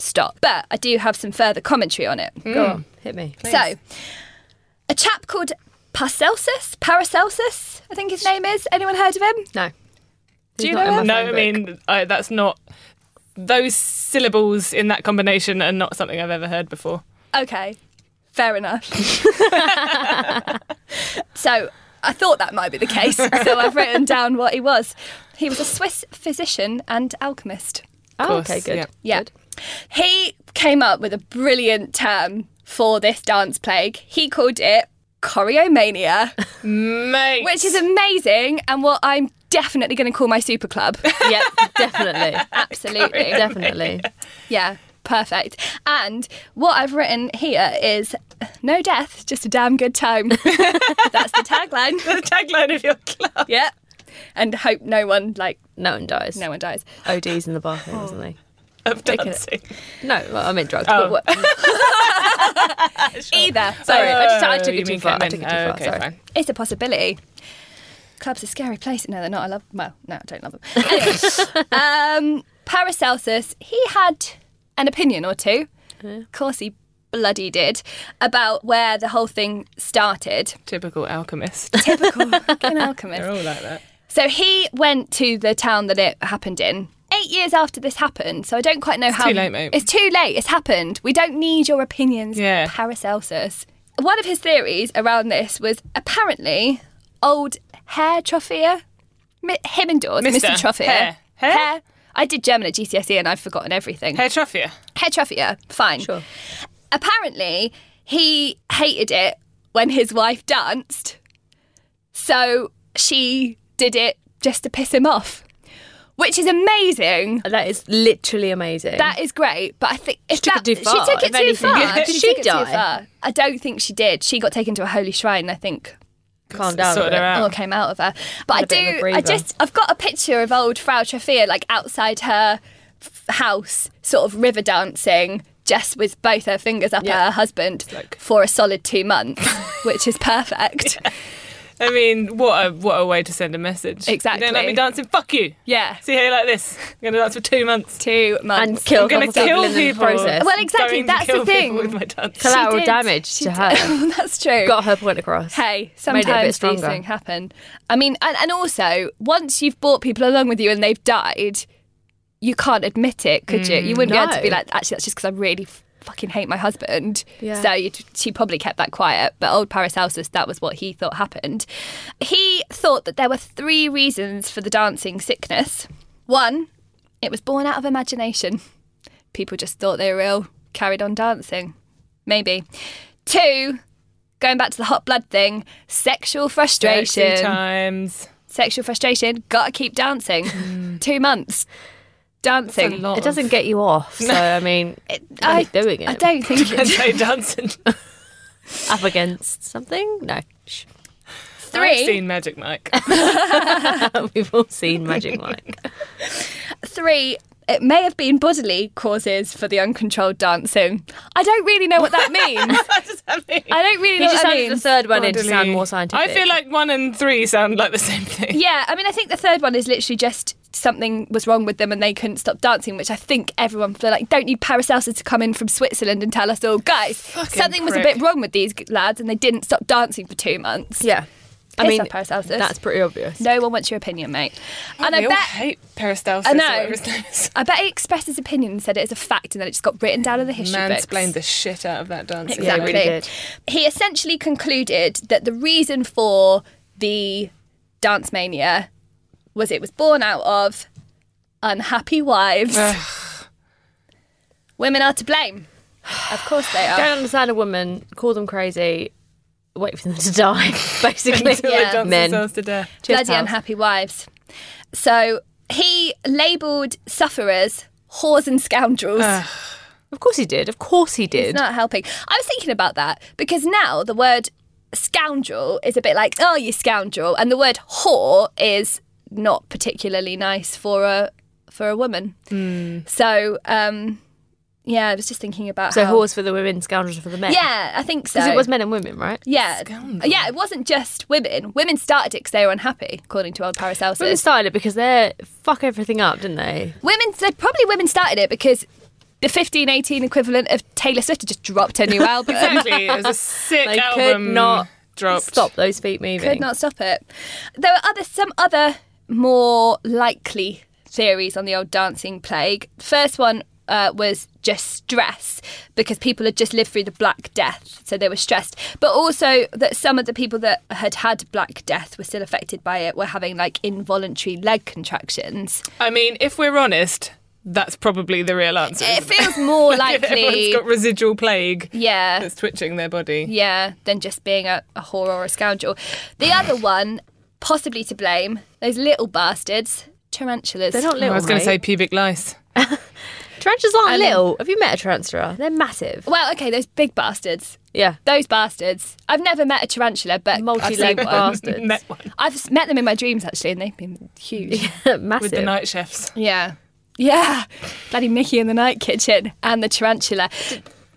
[SPEAKER 4] stopped, but I do have some further commentary on it.
[SPEAKER 3] Go on, hit me.
[SPEAKER 4] So, a chap called Paracelsus, Paracelsus, I think his name is. Anyone heard of him?
[SPEAKER 3] No.
[SPEAKER 4] Do you
[SPEAKER 3] not in
[SPEAKER 4] know
[SPEAKER 3] my
[SPEAKER 4] him?
[SPEAKER 2] No,
[SPEAKER 3] phone
[SPEAKER 2] I
[SPEAKER 3] book.
[SPEAKER 2] mean, I, that's not. Those syllables in that combination are not something I've ever heard before.
[SPEAKER 4] Okay, fair enough. so, I thought that might be the case, so I've written down what he was. He was a Swiss physician and alchemist.
[SPEAKER 3] Oh,
[SPEAKER 2] course,
[SPEAKER 3] okay, good.
[SPEAKER 2] yeah.
[SPEAKER 4] Yeah. He came up with a brilliant term for this dance plague. He called it choreomania,
[SPEAKER 2] Mate.
[SPEAKER 4] which is amazing and what I'm definitely going to call my super club.
[SPEAKER 3] yep, definitely.
[SPEAKER 4] Absolutely.
[SPEAKER 3] definitely.
[SPEAKER 4] Yeah, perfect. And what I've written here is no death, just a damn good time. That's the tagline.
[SPEAKER 2] the tagline of your club.
[SPEAKER 4] Yeah. And hope no one like
[SPEAKER 3] No one dies.
[SPEAKER 4] no one dies.
[SPEAKER 3] ODs in the bathroom, isn't they?
[SPEAKER 2] Of dancing.
[SPEAKER 3] No, well, I meant drugs. But
[SPEAKER 2] Oh.
[SPEAKER 3] what,
[SPEAKER 4] Either.
[SPEAKER 3] sorry, I just
[SPEAKER 2] Oh,
[SPEAKER 3] I took
[SPEAKER 2] you
[SPEAKER 3] it too
[SPEAKER 2] mean
[SPEAKER 3] far. I
[SPEAKER 2] Caitlin.
[SPEAKER 3] took it too
[SPEAKER 2] Oh,
[SPEAKER 3] far.
[SPEAKER 2] okay,
[SPEAKER 3] sorry.
[SPEAKER 2] fine.
[SPEAKER 4] It's a possibility. Clubs are scary places. No, they're not. I love. Well, no, I don't love them. Anyway, um, Paracelsus. He had an opinion or two. Of course, he bloody did about where the whole thing started.
[SPEAKER 2] Typical alchemist.
[SPEAKER 4] Typical fucking alchemist.
[SPEAKER 2] They're all like that.
[SPEAKER 4] So he went to the town that it happened in. Eight years after this happened, so I don't quite know how.
[SPEAKER 2] too late, mate.
[SPEAKER 4] It's too late. It's happened. We don't need your opinions,
[SPEAKER 2] Yeah.
[SPEAKER 4] Paracelsus. One of his theories around this was apparently old hair trophia. Mi- Him indoors,
[SPEAKER 2] Mister
[SPEAKER 4] Mr. Trophia.
[SPEAKER 2] Hair. Hair?
[SPEAKER 4] I did German at GCSE and I've E forgotten everything.
[SPEAKER 2] Hair trophia.
[SPEAKER 4] Hair trophia, fine.
[SPEAKER 3] Sure.
[SPEAKER 4] apparently he hated it when his wife danced. So she did it just to piss him off, which is amazing.
[SPEAKER 3] That is literally amazing.
[SPEAKER 4] That is great, but I think if
[SPEAKER 3] took
[SPEAKER 4] that,
[SPEAKER 3] it too far,
[SPEAKER 4] She took it
[SPEAKER 3] if
[SPEAKER 4] too
[SPEAKER 3] anything.
[SPEAKER 4] far.
[SPEAKER 3] Did she
[SPEAKER 4] took it too
[SPEAKER 3] die?
[SPEAKER 4] far. I don't think she did. She got taken to a holy shrine, I think,
[SPEAKER 3] Calm down.
[SPEAKER 2] Sorted
[SPEAKER 3] a bit.
[SPEAKER 2] her out.
[SPEAKER 4] all came out of her. But I
[SPEAKER 3] Oh. Had a bit of a
[SPEAKER 4] do. I
[SPEAKER 3] breather.
[SPEAKER 4] just. I've got a picture of old Frau Trafia like outside her f- house, sort of river dancing, just with both her fingers up at her husband for a solid two months, which is perfect.
[SPEAKER 2] I mean, what a what a way to send a message. You
[SPEAKER 4] Exactly.
[SPEAKER 2] don't let me dancing. Fuck you.
[SPEAKER 4] Yeah,
[SPEAKER 2] See how you like this. I'm gonna dance for two months.
[SPEAKER 4] two months.
[SPEAKER 3] And kill
[SPEAKER 2] I'm gonna
[SPEAKER 3] a couple of
[SPEAKER 2] kill
[SPEAKER 3] people in the
[SPEAKER 2] people.
[SPEAKER 3] process.
[SPEAKER 4] Well, exactly.
[SPEAKER 2] Going to
[SPEAKER 4] That's
[SPEAKER 2] kill
[SPEAKER 4] the
[SPEAKER 2] people
[SPEAKER 4] thing.
[SPEAKER 2] With my dance.
[SPEAKER 4] She
[SPEAKER 3] Collateral
[SPEAKER 4] did.
[SPEAKER 3] damage
[SPEAKER 4] She
[SPEAKER 3] to
[SPEAKER 4] did.
[SPEAKER 3] her.
[SPEAKER 4] That's true.
[SPEAKER 3] Got her point across.
[SPEAKER 4] Hey,
[SPEAKER 3] Made it a bit
[SPEAKER 4] sometimes these
[SPEAKER 3] stronger.
[SPEAKER 4] things happen. I mean, and, and also, once you've brought people along with you and they've died, you can't admit it, could you? You wouldn't be able to be
[SPEAKER 3] Mm, no.
[SPEAKER 4] like, actually, that's just because I really f- fucking hate my husband.
[SPEAKER 3] Yeah.
[SPEAKER 4] So you, she probably kept that quiet. But old Paracelsus, that was what he thought happened. He thought that there were three reasons for the dancing sickness. One, it was born out of imagination. People just thought they were ill, carried on dancing. Maybe. Two, going back to the hot blood thing, sexual frustration.
[SPEAKER 2] Sexy times.
[SPEAKER 4] Sexual frustration, gotta keep dancing. Two months.
[SPEAKER 2] Hmm.
[SPEAKER 4] Dancing.
[SPEAKER 2] That's a lot.
[SPEAKER 3] It doesn't get you off. So I mean,
[SPEAKER 4] I,
[SPEAKER 3] Keep doing it.
[SPEAKER 4] I don't think
[SPEAKER 2] And
[SPEAKER 4] it's
[SPEAKER 2] so dancing.
[SPEAKER 3] up against something? No. Shh.
[SPEAKER 2] I've
[SPEAKER 4] three.
[SPEAKER 2] seen Magic Mike.
[SPEAKER 3] We've all seen Magic Mike.
[SPEAKER 4] Three, it may have been bodily causes for the uncontrolled dancing. I don't really know what that means.
[SPEAKER 2] What does that mean?
[SPEAKER 4] I don't really know
[SPEAKER 3] You just
[SPEAKER 4] what that
[SPEAKER 3] added the
[SPEAKER 4] means.
[SPEAKER 3] third one in to
[SPEAKER 2] Bodily-
[SPEAKER 3] sound more scientific.
[SPEAKER 2] I feel like one and three sound like the same thing.
[SPEAKER 4] Yeah, I mean, I think the third one is literally just something was wrong with them and they couldn't stop dancing, which I think everyone feel like don't need Paracelsus to come in from Switzerland and tell us all, guys, something was a
[SPEAKER 2] prick.
[SPEAKER 4] bit wrong with these lads and they didn't stop dancing for two months.
[SPEAKER 3] yeah. I
[SPEAKER 4] Piss
[SPEAKER 3] mean,
[SPEAKER 4] off, Paracelsus.
[SPEAKER 3] that's pretty obvious.
[SPEAKER 4] No one wants your opinion, mate. and
[SPEAKER 2] They
[SPEAKER 4] I
[SPEAKER 2] all
[SPEAKER 4] bet.
[SPEAKER 2] hate Peristalsis.
[SPEAKER 4] I know.
[SPEAKER 2] or whatever his name is.
[SPEAKER 4] I bet he expressed his opinion and said it as a fact, and then it just got written down in the history books.
[SPEAKER 2] Mansplained the shit out of that dance.
[SPEAKER 4] Exactly.
[SPEAKER 3] really did.
[SPEAKER 4] He essentially concluded that the reason for the dance mania was it was born out of unhappy wives. Women are to blame. Of course they
[SPEAKER 2] Oh.
[SPEAKER 4] are.
[SPEAKER 3] Don't understand a woman, call them crazy, wait for them to die, basically.
[SPEAKER 4] Yeah.
[SPEAKER 2] Dance
[SPEAKER 3] Men.
[SPEAKER 2] themselves to death.
[SPEAKER 3] Cheers,
[SPEAKER 4] Bloody
[SPEAKER 3] pals.
[SPEAKER 4] unhappy wives. So he labelled sufferers whores and scoundrels.
[SPEAKER 3] Of course he did. Of course he did.
[SPEAKER 4] It's not helping. I was thinking about that because now the word scoundrel is a bit like, oh, you scoundrel, and the word whore is not particularly nice for a for a woman.
[SPEAKER 3] Hmm.
[SPEAKER 4] So, um, yeah, I was just thinking about
[SPEAKER 3] So
[SPEAKER 4] how.
[SPEAKER 3] whores for the women, scoundrels for the men.
[SPEAKER 4] Yeah, I think so.
[SPEAKER 3] Because it was men and women, right?
[SPEAKER 4] yeah,
[SPEAKER 2] Scoundrel.
[SPEAKER 4] yeah. It wasn't just women. Women started it because they were unhappy, according to old Paracelsus.
[SPEAKER 3] Women started it because they fuck everything up, didn't they?
[SPEAKER 4] Women, so probably women started it because the fifteen eighteen equivalent of Taylor Swift had just dropped her new album.
[SPEAKER 2] Exactly. It was a sick
[SPEAKER 3] They could
[SPEAKER 2] album.
[SPEAKER 3] not
[SPEAKER 2] dropped.
[SPEAKER 3] Stop those feet moving.
[SPEAKER 4] could not stop it. There were other some other more likely theories on the old dancing plague. First one uh, was just stress because people had just lived through the Black Death, so they were stressed. But also that some of the people that had had Black Death were still affected by it, were having like involuntary leg contractions.
[SPEAKER 2] I mean, if we're honest, that's probably the real answer. isn't
[SPEAKER 4] It feels more
[SPEAKER 2] If everyone's
[SPEAKER 4] likely,
[SPEAKER 2] got residual plague
[SPEAKER 4] yeah,
[SPEAKER 2] that's twitching their body.
[SPEAKER 4] Yeah, than just being a, a whore or a scoundrel. The other one, possibly to blame, those little bastards, tarantulas.
[SPEAKER 3] They're not little.
[SPEAKER 2] I was going to
[SPEAKER 3] mate.
[SPEAKER 2] say pubic lice.
[SPEAKER 3] tarantulas aren't
[SPEAKER 4] And-
[SPEAKER 3] little. Have you met a tarantula? They're massive.
[SPEAKER 4] Well, okay, those big bastards.
[SPEAKER 3] Yeah.
[SPEAKER 4] Those bastards. I've never met a tarantula, but I've seen
[SPEAKER 3] Multi-legged
[SPEAKER 4] one.
[SPEAKER 3] bastards.
[SPEAKER 2] Met one
[SPEAKER 4] I've s- met them in my dreams actually, and they've been huge.
[SPEAKER 3] massive.
[SPEAKER 2] with the night chefs.
[SPEAKER 4] yeah. Yeah, bloody Mickey in the night kitchen and the tarantula.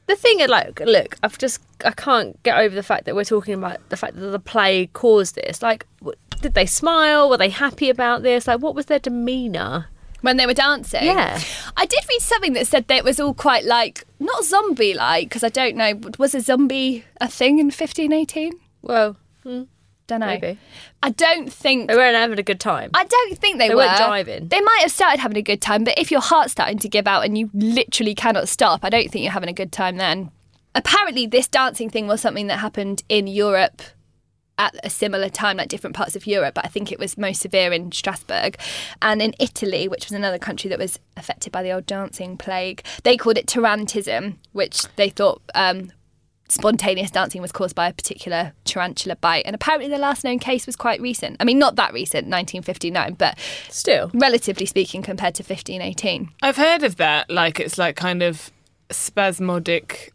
[SPEAKER 3] the thing is like look i've just i can't get over the fact that we're talking about the fact that the play caused this like w- did they smile were they happy about this like what was their demeanor
[SPEAKER 4] When they were dancing.
[SPEAKER 3] Yeah.
[SPEAKER 4] I did read something that said that it was all quite like, not zombie like, because I don't know, was a zombie a thing in 1518?
[SPEAKER 3] well
[SPEAKER 4] Don't know.
[SPEAKER 3] Maybe.
[SPEAKER 4] I don't think.
[SPEAKER 3] they weren't having a good time
[SPEAKER 4] I don't think they,
[SPEAKER 3] They
[SPEAKER 4] were
[SPEAKER 3] weren't driving.
[SPEAKER 4] They might have started having a good time, but if your heart's starting to give out and you literally cannot stop, I don't think you're having a good time then. Apparently, this dancing thing was something that happened in Europe at a similar time, like different parts of Europe, but I think it was most severe in Strasbourg. And in Italy, which was another country that was affected by the old dancing plague, they called it tarantism, which they thought um, spontaneous dancing was caused by a particular tarantula bite. And apparently, the last known case was quite recent. I mean, not that recent, 1959, but
[SPEAKER 3] Still.
[SPEAKER 4] relatively speaking, compared to 1518.
[SPEAKER 2] I've heard of that. Like it's like kind of spasmodic.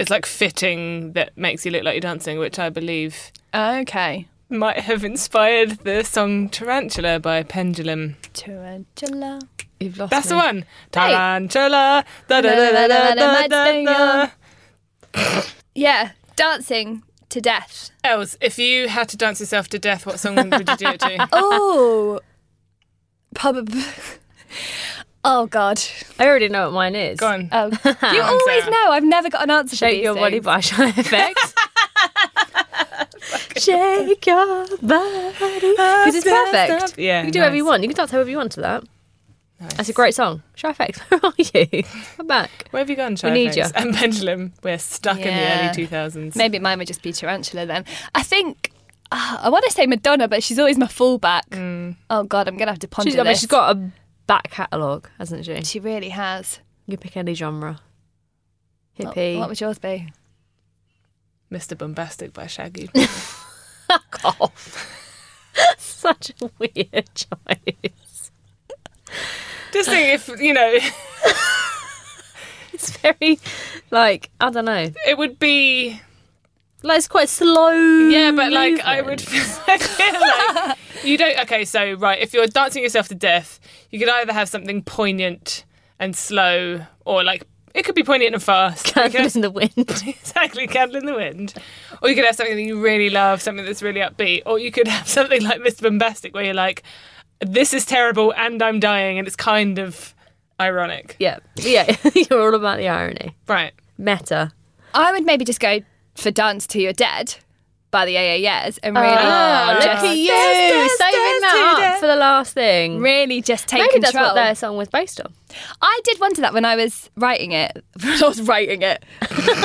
[SPEAKER 2] It's like fitting that makes you look like you're dancing, which I believe
[SPEAKER 4] Okay.
[SPEAKER 2] might have inspired the song Tarantula by Pendulum.
[SPEAKER 4] Tarantula.
[SPEAKER 3] You've lost
[SPEAKER 2] That's
[SPEAKER 3] me.
[SPEAKER 2] the one. Tarantula. Da, da, da, da, da, da, da, da.
[SPEAKER 4] Yeah, dancing to death.
[SPEAKER 2] Els, if you had to dance yourself to death, what song would you do it to?
[SPEAKER 4] Oh, probably. Oh God!
[SPEAKER 3] I already know what mine is.
[SPEAKER 2] Go on.
[SPEAKER 4] Oh, you
[SPEAKER 2] on,
[SPEAKER 4] always
[SPEAKER 2] Sarah.
[SPEAKER 4] know. I've never got an answer. for
[SPEAKER 3] Shake
[SPEAKER 4] these
[SPEAKER 3] your body
[SPEAKER 4] things.
[SPEAKER 3] by Shy Effect. Shake your body. Because it's perfect.
[SPEAKER 2] Yeah,
[SPEAKER 3] You can do
[SPEAKER 2] nice.
[SPEAKER 3] whatever you want. You can dance however you want to that. That's a great song. Shy Effect, where are you? Come back.
[SPEAKER 2] Where have you gone, Shy
[SPEAKER 3] need
[SPEAKER 2] Effects?
[SPEAKER 3] you.
[SPEAKER 2] And Pendulum. We're stuck
[SPEAKER 4] Yeah.
[SPEAKER 2] in the early 2000s.
[SPEAKER 4] Maybe mine would just be tarantula then. I think ah, I want to say Madonna, but she's always my fallback. Oh God, I'm gonna have to ponder
[SPEAKER 3] She's, I mean,
[SPEAKER 4] this.
[SPEAKER 3] she's got a back catalogue, hasn't she?
[SPEAKER 4] She really has.
[SPEAKER 3] You pick any genre.
[SPEAKER 4] What,
[SPEAKER 3] Hippie.
[SPEAKER 4] what would yours be?
[SPEAKER 2] Mr. Bombastic by Shaggy.
[SPEAKER 3] Fuck off. Such a weird choice.
[SPEAKER 2] Just think if, you know,
[SPEAKER 3] It's very, like, I don't know.
[SPEAKER 2] it would be
[SPEAKER 3] Like, it's quite slow.
[SPEAKER 2] Yeah, but like I
[SPEAKER 3] movement.
[SPEAKER 2] would feel, I feel like you don't. Okay, so right, if you're dancing yourself to death, you could either have something poignant and slow, or like it could be poignant and fast. You could
[SPEAKER 3] Candle
[SPEAKER 2] have-
[SPEAKER 3] in the wind.
[SPEAKER 2] exactly, candle in the wind. Or you could have something that you really love, something that's really upbeat, or you could have something like Mr. Bombastic, where you're like, "This is terrible, and I'm dying," and it's kind of ironic,
[SPEAKER 3] Yeah, yeah. You're all about the irony.
[SPEAKER 2] right?
[SPEAKER 3] Meta.
[SPEAKER 4] I would maybe just go for dance till you're dead by the AA Yeahs and really,
[SPEAKER 3] Oh, look
[SPEAKER 4] just,
[SPEAKER 3] at you
[SPEAKER 2] yes,
[SPEAKER 3] saving
[SPEAKER 2] yes,
[SPEAKER 3] that
[SPEAKER 2] do
[SPEAKER 3] up
[SPEAKER 2] that.
[SPEAKER 3] for the last thing.
[SPEAKER 4] really just take
[SPEAKER 3] Maybe
[SPEAKER 4] control.
[SPEAKER 3] that's what their song was based on.
[SPEAKER 4] I did wonder that when I was writing it. When I was writing it.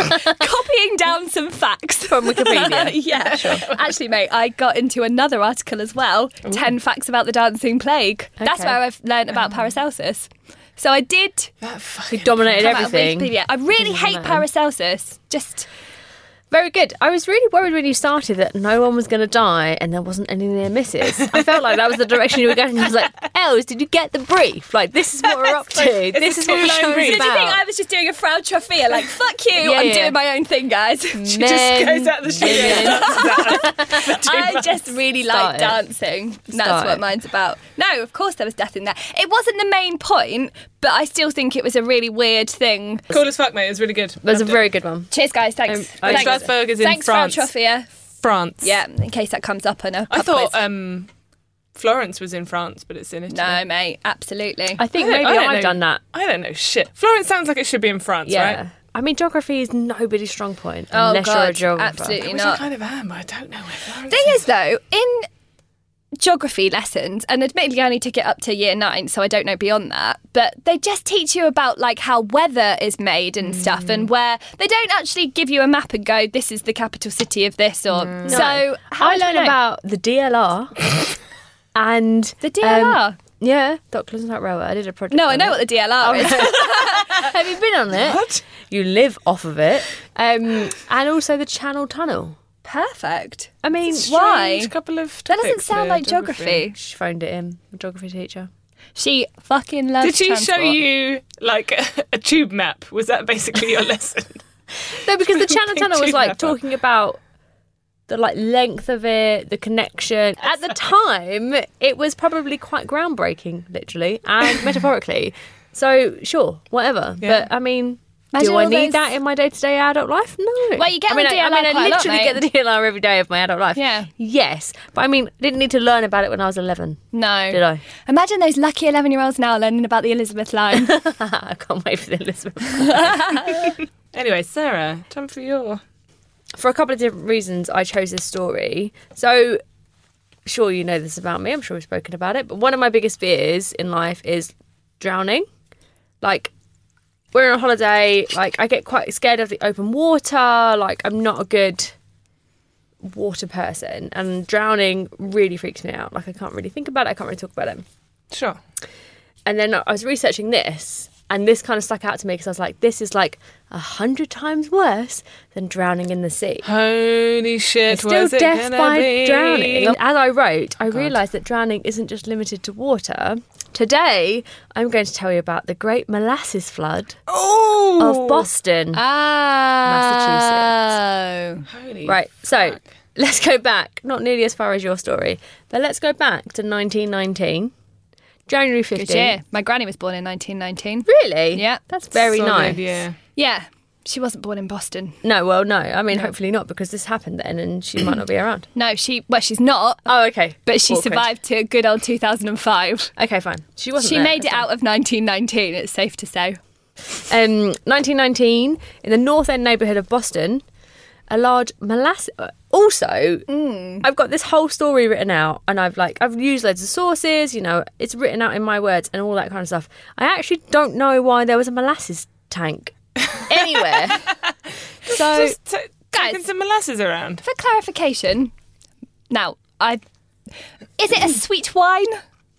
[SPEAKER 4] Copying down some facts from
[SPEAKER 3] Wikipedia.
[SPEAKER 4] yeah. Actually, mate, I got into another article as well 10 facts about the dancing plague. That's
[SPEAKER 3] Okay. Oh.
[SPEAKER 4] where I've learned about Paracelsus. So I did
[SPEAKER 2] That fucking
[SPEAKER 3] Dominated
[SPEAKER 4] come out of
[SPEAKER 3] everything.
[SPEAKER 4] Wikipedia. I really hate
[SPEAKER 3] man.
[SPEAKER 4] Paracelsus. Just,
[SPEAKER 3] Very good. I was really worried when you started that no one was going to die and there wasn't any near misses. I felt like that was the direction you were going. I was like, Els, did you get the brief? Like, this is what we're up to.
[SPEAKER 2] It's
[SPEAKER 3] This
[SPEAKER 2] a
[SPEAKER 3] is what the
[SPEAKER 2] two-line
[SPEAKER 3] show is
[SPEAKER 2] brief.
[SPEAKER 4] did you think I
[SPEAKER 3] about.
[SPEAKER 4] was just doing a Frau Trofea? Like, fuck you,
[SPEAKER 3] Yeah,
[SPEAKER 4] I'm
[SPEAKER 3] yeah.
[SPEAKER 4] doing my own thing, guys.
[SPEAKER 2] just goes
[SPEAKER 3] Men,
[SPEAKER 2] out the studio.
[SPEAKER 3] women.
[SPEAKER 2] and dances that up for two
[SPEAKER 4] I
[SPEAKER 2] months.
[SPEAKER 4] just really
[SPEAKER 3] Start
[SPEAKER 4] like
[SPEAKER 3] it.
[SPEAKER 4] dancing. And That's
[SPEAKER 3] Start
[SPEAKER 4] what
[SPEAKER 3] it.
[SPEAKER 4] mine's about. No, of course there was death in there. It wasn't the main point, but I still think it was a really weird thing.
[SPEAKER 2] cool as fuck, mate. It's really good.
[SPEAKER 3] That's a very good one.
[SPEAKER 4] Cheers, guys. Thanks.
[SPEAKER 3] Um,
[SPEAKER 4] Thanks.
[SPEAKER 2] Strasbourg is in
[SPEAKER 4] Thanks,
[SPEAKER 2] France.
[SPEAKER 4] Frau Trofea.
[SPEAKER 2] France.
[SPEAKER 4] Yeah, in case that comes up on a.
[SPEAKER 2] I
[SPEAKER 4] pub
[SPEAKER 2] thought
[SPEAKER 4] quiz.
[SPEAKER 2] um, Florence was in France, but it's in Italy.
[SPEAKER 4] no, mate. Absolutely.
[SPEAKER 3] I think
[SPEAKER 2] I don't-
[SPEAKER 3] maybe
[SPEAKER 2] I don't
[SPEAKER 3] I've
[SPEAKER 2] know.
[SPEAKER 3] done that.
[SPEAKER 2] I don't know shit. Florence sounds like it should be in France,
[SPEAKER 3] Yeah.
[SPEAKER 2] right?
[SPEAKER 3] I mean, geography is nobody's strong point
[SPEAKER 4] Oh,
[SPEAKER 3] unless you're a
[SPEAKER 4] God,
[SPEAKER 3] geographer.
[SPEAKER 4] absolutely
[SPEAKER 2] Which I
[SPEAKER 4] not.
[SPEAKER 2] kind of am, but I don't know where Florence
[SPEAKER 4] thing is, though, in geography lessons, and admittedly, I only took it up to year nine, so I don't know beyond that, but they just teach you about like how weather is made and stuff, and where they don't actually give you a map and go, this is the capital city of this, or so. How
[SPEAKER 3] I
[SPEAKER 4] do you
[SPEAKER 3] learned
[SPEAKER 4] know?
[SPEAKER 3] about the DLR and
[SPEAKER 4] the DLR.
[SPEAKER 3] Um, yeah, Docklands Not Railway. I did a project.
[SPEAKER 4] no, I
[SPEAKER 3] on
[SPEAKER 4] know
[SPEAKER 3] it.
[SPEAKER 4] what the DLR is.
[SPEAKER 3] Have you been on it?
[SPEAKER 2] What?
[SPEAKER 3] You live off of it, um, and also the Channel Tunnel.
[SPEAKER 4] Perfect.
[SPEAKER 3] I mean,
[SPEAKER 4] It's
[SPEAKER 3] why
[SPEAKER 4] Why?
[SPEAKER 2] Strange couple of
[SPEAKER 4] That doesn't
[SPEAKER 2] topics
[SPEAKER 4] sound
[SPEAKER 2] there,
[SPEAKER 4] like geography.
[SPEAKER 3] she phoned it in? A geography teacher.
[SPEAKER 4] She fucking loves.
[SPEAKER 2] Did she
[SPEAKER 4] transport.
[SPEAKER 2] show you like a, tube map? Was that basically your lesson?
[SPEAKER 3] No, because the Channel
[SPEAKER 2] Big
[SPEAKER 3] Tunnel was like
[SPEAKER 2] tuber.
[SPEAKER 3] talking about the like length of it, the connection. At the time, it was probably quite groundbreaking, literally and metaphorically. So sure, whatever.
[SPEAKER 2] Yeah.
[SPEAKER 3] But I mean,
[SPEAKER 4] Imagine
[SPEAKER 3] do I
[SPEAKER 4] all
[SPEAKER 3] need
[SPEAKER 4] those-
[SPEAKER 3] that in my day-to-day adult life? No.
[SPEAKER 4] Well, you get
[SPEAKER 3] I mean,
[SPEAKER 4] the
[SPEAKER 3] I, I,
[SPEAKER 4] DLR
[SPEAKER 3] mean, I
[SPEAKER 4] quite a lot,
[SPEAKER 3] literally
[SPEAKER 4] mate.
[SPEAKER 3] get the DLR every day of my adult life.
[SPEAKER 4] Yeah.
[SPEAKER 3] Yes, but I mean, I didn't need to learn about it when I was eleven.
[SPEAKER 4] No.
[SPEAKER 3] Did I?
[SPEAKER 4] Imagine those lucky eleven-year-olds now learning about the Elizabeth line.
[SPEAKER 3] I can't wait for the Elizabeth.
[SPEAKER 2] anyway, Sarah, time for your.
[SPEAKER 3] for a couple of different reasons, I chose this story. So, sure, you know this about me. I'm sure we've spoken about it. But one of my biggest fears in life is drowning. Like, we're on a holiday. Like, I get quite scared of the open water. Like, I'm not a good water person, and drowning really freaks me out. Like I can't really think about it. I can't really talk about it.
[SPEAKER 2] Sure.
[SPEAKER 3] And then I was researching this, and this kind of stuck out to me because I was like, this is like a hundred times worse than drowning in the sea.
[SPEAKER 2] Holy shit.
[SPEAKER 3] It's still
[SPEAKER 2] where's it
[SPEAKER 3] death
[SPEAKER 2] gonna
[SPEAKER 3] by
[SPEAKER 2] be?
[SPEAKER 3] drowning. As I wrote, I realised that drowning isn't just limited to water. Today, I'm going to tell you about the Great Molasses Flood
[SPEAKER 2] Oh.
[SPEAKER 3] of Boston.
[SPEAKER 4] Oh, Ah. Massachusetts.
[SPEAKER 2] Holy
[SPEAKER 3] Right, so
[SPEAKER 2] fuck.
[SPEAKER 3] let's go back, not nearly as far as your story, but let's go back to 1919, January 15th.
[SPEAKER 4] Good year. My granny was born in 1919.
[SPEAKER 3] Really?
[SPEAKER 4] Yeah.
[SPEAKER 3] That's very
[SPEAKER 2] Solid,
[SPEAKER 3] nice.
[SPEAKER 2] Yeah.
[SPEAKER 4] Yeah. She wasn't born in Boston.
[SPEAKER 3] No, well, no. I mean, hopefully not because this happened then and she might not be around.
[SPEAKER 4] No, she, well, she's not,
[SPEAKER 3] Oh, okay.
[SPEAKER 4] but she
[SPEAKER 3] Awkward.
[SPEAKER 4] survived to a good old 2005.
[SPEAKER 3] Okay, fine. She wasn't.
[SPEAKER 4] She
[SPEAKER 3] there.
[SPEAKER 4] made it out of 1919, it's safe to say.
[SPEAKER 3] Um, 1919, in the North End neighbourhood of Boston, a large molasses. Also,
[SPEAKER 4] Mm.
[SPEAKER 3] I've got this whole story written out, and I've like I've used loads of sources. You know, it's written out in my words and all that kind of stuff. I actually don't know why there was a molasses tank anywhere. so
[SPEAKER 2] Just t- taking
[SPEAKER 4] Guys.
[SPEAKER 2] some molasses around.
[SPEAKER 4] For clarification, now, I. Is it a sweet wine?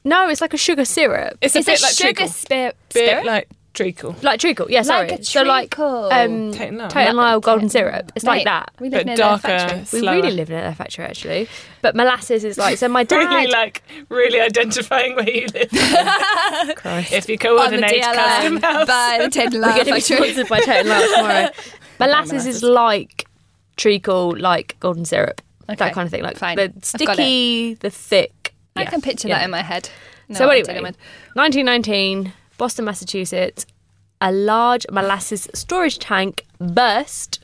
[SPEAKER 3] no, it's like a sugar syrup,
[SPEAKER 2] Mm. It's a
[SPEAKER 4] It's
[SPEAKER 2] bit
[SPEAKER 4] a
[SPEAKER 2] like
[SPEAKER 4] sugar
[SPEAKER 2] treacle.
[SPEAKER 4] spirit.
[SPEAKER 2] bit like treacle.
[SPEAKER 3] like treacle. Yeah, sorry.
[SPEAKER 4] Like a
[SPEAKER 3] So like
[SPEAKER 4] treacle.
[SPEAKER 3] um,
[SPEAKER 2] Tate and Lyle.
[SPEAKER 3] Tate and Lyle golden syrup. It's like
[SPEAKER 4] Mate,
[SPEAKER 3] that.
[SPEAKER 4] We live
[SPEAKER 2] But
[SPEAKER 4] near their
[SPEAKER 2] darker,
[SPEAKER 4] factory.
[SPEAKER 3] We
[SPEAKER 2] slower.
[SPEAKER 3] really live in their factory actually, but molasses is like so. My dad
[SPEAKER 2] really like really identifying where you live. If you
[SPEAKER 4] On the
[SPEAKER 2] coordinate custom
[SPEAKER 4] DLM
[SPEAKER 2] house.
[SPEAKER 4] by the Ted
[SPEAKER 3] We're
[SPEAKER 4] Lyle
[SPEAKER 3] going to be
[SPEAKER 4] factory.
[SPEAKER 3] sponsored by Tate and Lyle tomorrow. molasses is like treacle, like golden syrup,
[SPEAKER 4] Okay,
[SPEAKER 3] that kind of thing. Like
[SPEAKER 4] fine.
[SPEAKER 3] the
[SPEAKER 4] I've got
[SPEAKER 3] sticky, the thick.
[SPEAKER 4] I
[SPEAKER 3] Yeah.
[SPEAKER 4] can picture
[SPEAKER 3] Yeah.
[SPEAKER 4] that in my head. No,
[SPEAKER 3] so
[SPEAKER 4] I
[SPEAKER 3] anyway,
[SPEAKER 4] don't mind.
[SPEAKER 3] 1919, Boston, Massachusetts, a large molasses storage tank burst,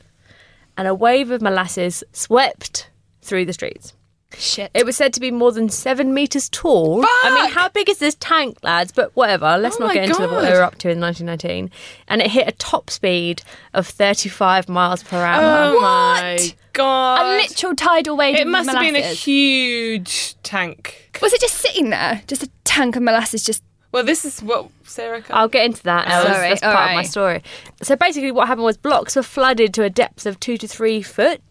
[SPEAKER 3] and a wave of molasses swept through the streets.
[SPEAKER 4] shit.
[SPEAKER 3] It was said to be more than seven meters tall. I mean, how big is this tank, lads? But whatever. Let's
[SPEAKER 2] Oh
[SPEAKER 3] not
[SPEAKER 2] my
[SPEAKER 3] get into what
[SPEAKER 2] God.
[SPEAKER 3] they were up to in 1919. And it hit a top speed of 35 miles per hour.
[SPEAKER 2] Oh my
[SPEAKER 4] a
[SPEAKER 2] god.
[SPEAKER 4] literal tidal wave.
[SPEAKER 2] It
[SPEAKER 4] of
[SPEAKER 2] must have been a
[SPEAKER 4] molasses.
[SPEAKER 2] huge tank.
[SPEAKER 4] Was it just sitting there? Just a tank of molasses just
[SPEAKER 2] Well, this is what Sarah.
[SPEAKER 3] I'll get into that. That was-
[SPEAKER 4] Sorry,
[SPEAKER 3] that's part of my
[SPEAKER 4] alright.
[SPEAKER 3] story. So basically, what happened was blocks were flooded to a depth of two to three foot.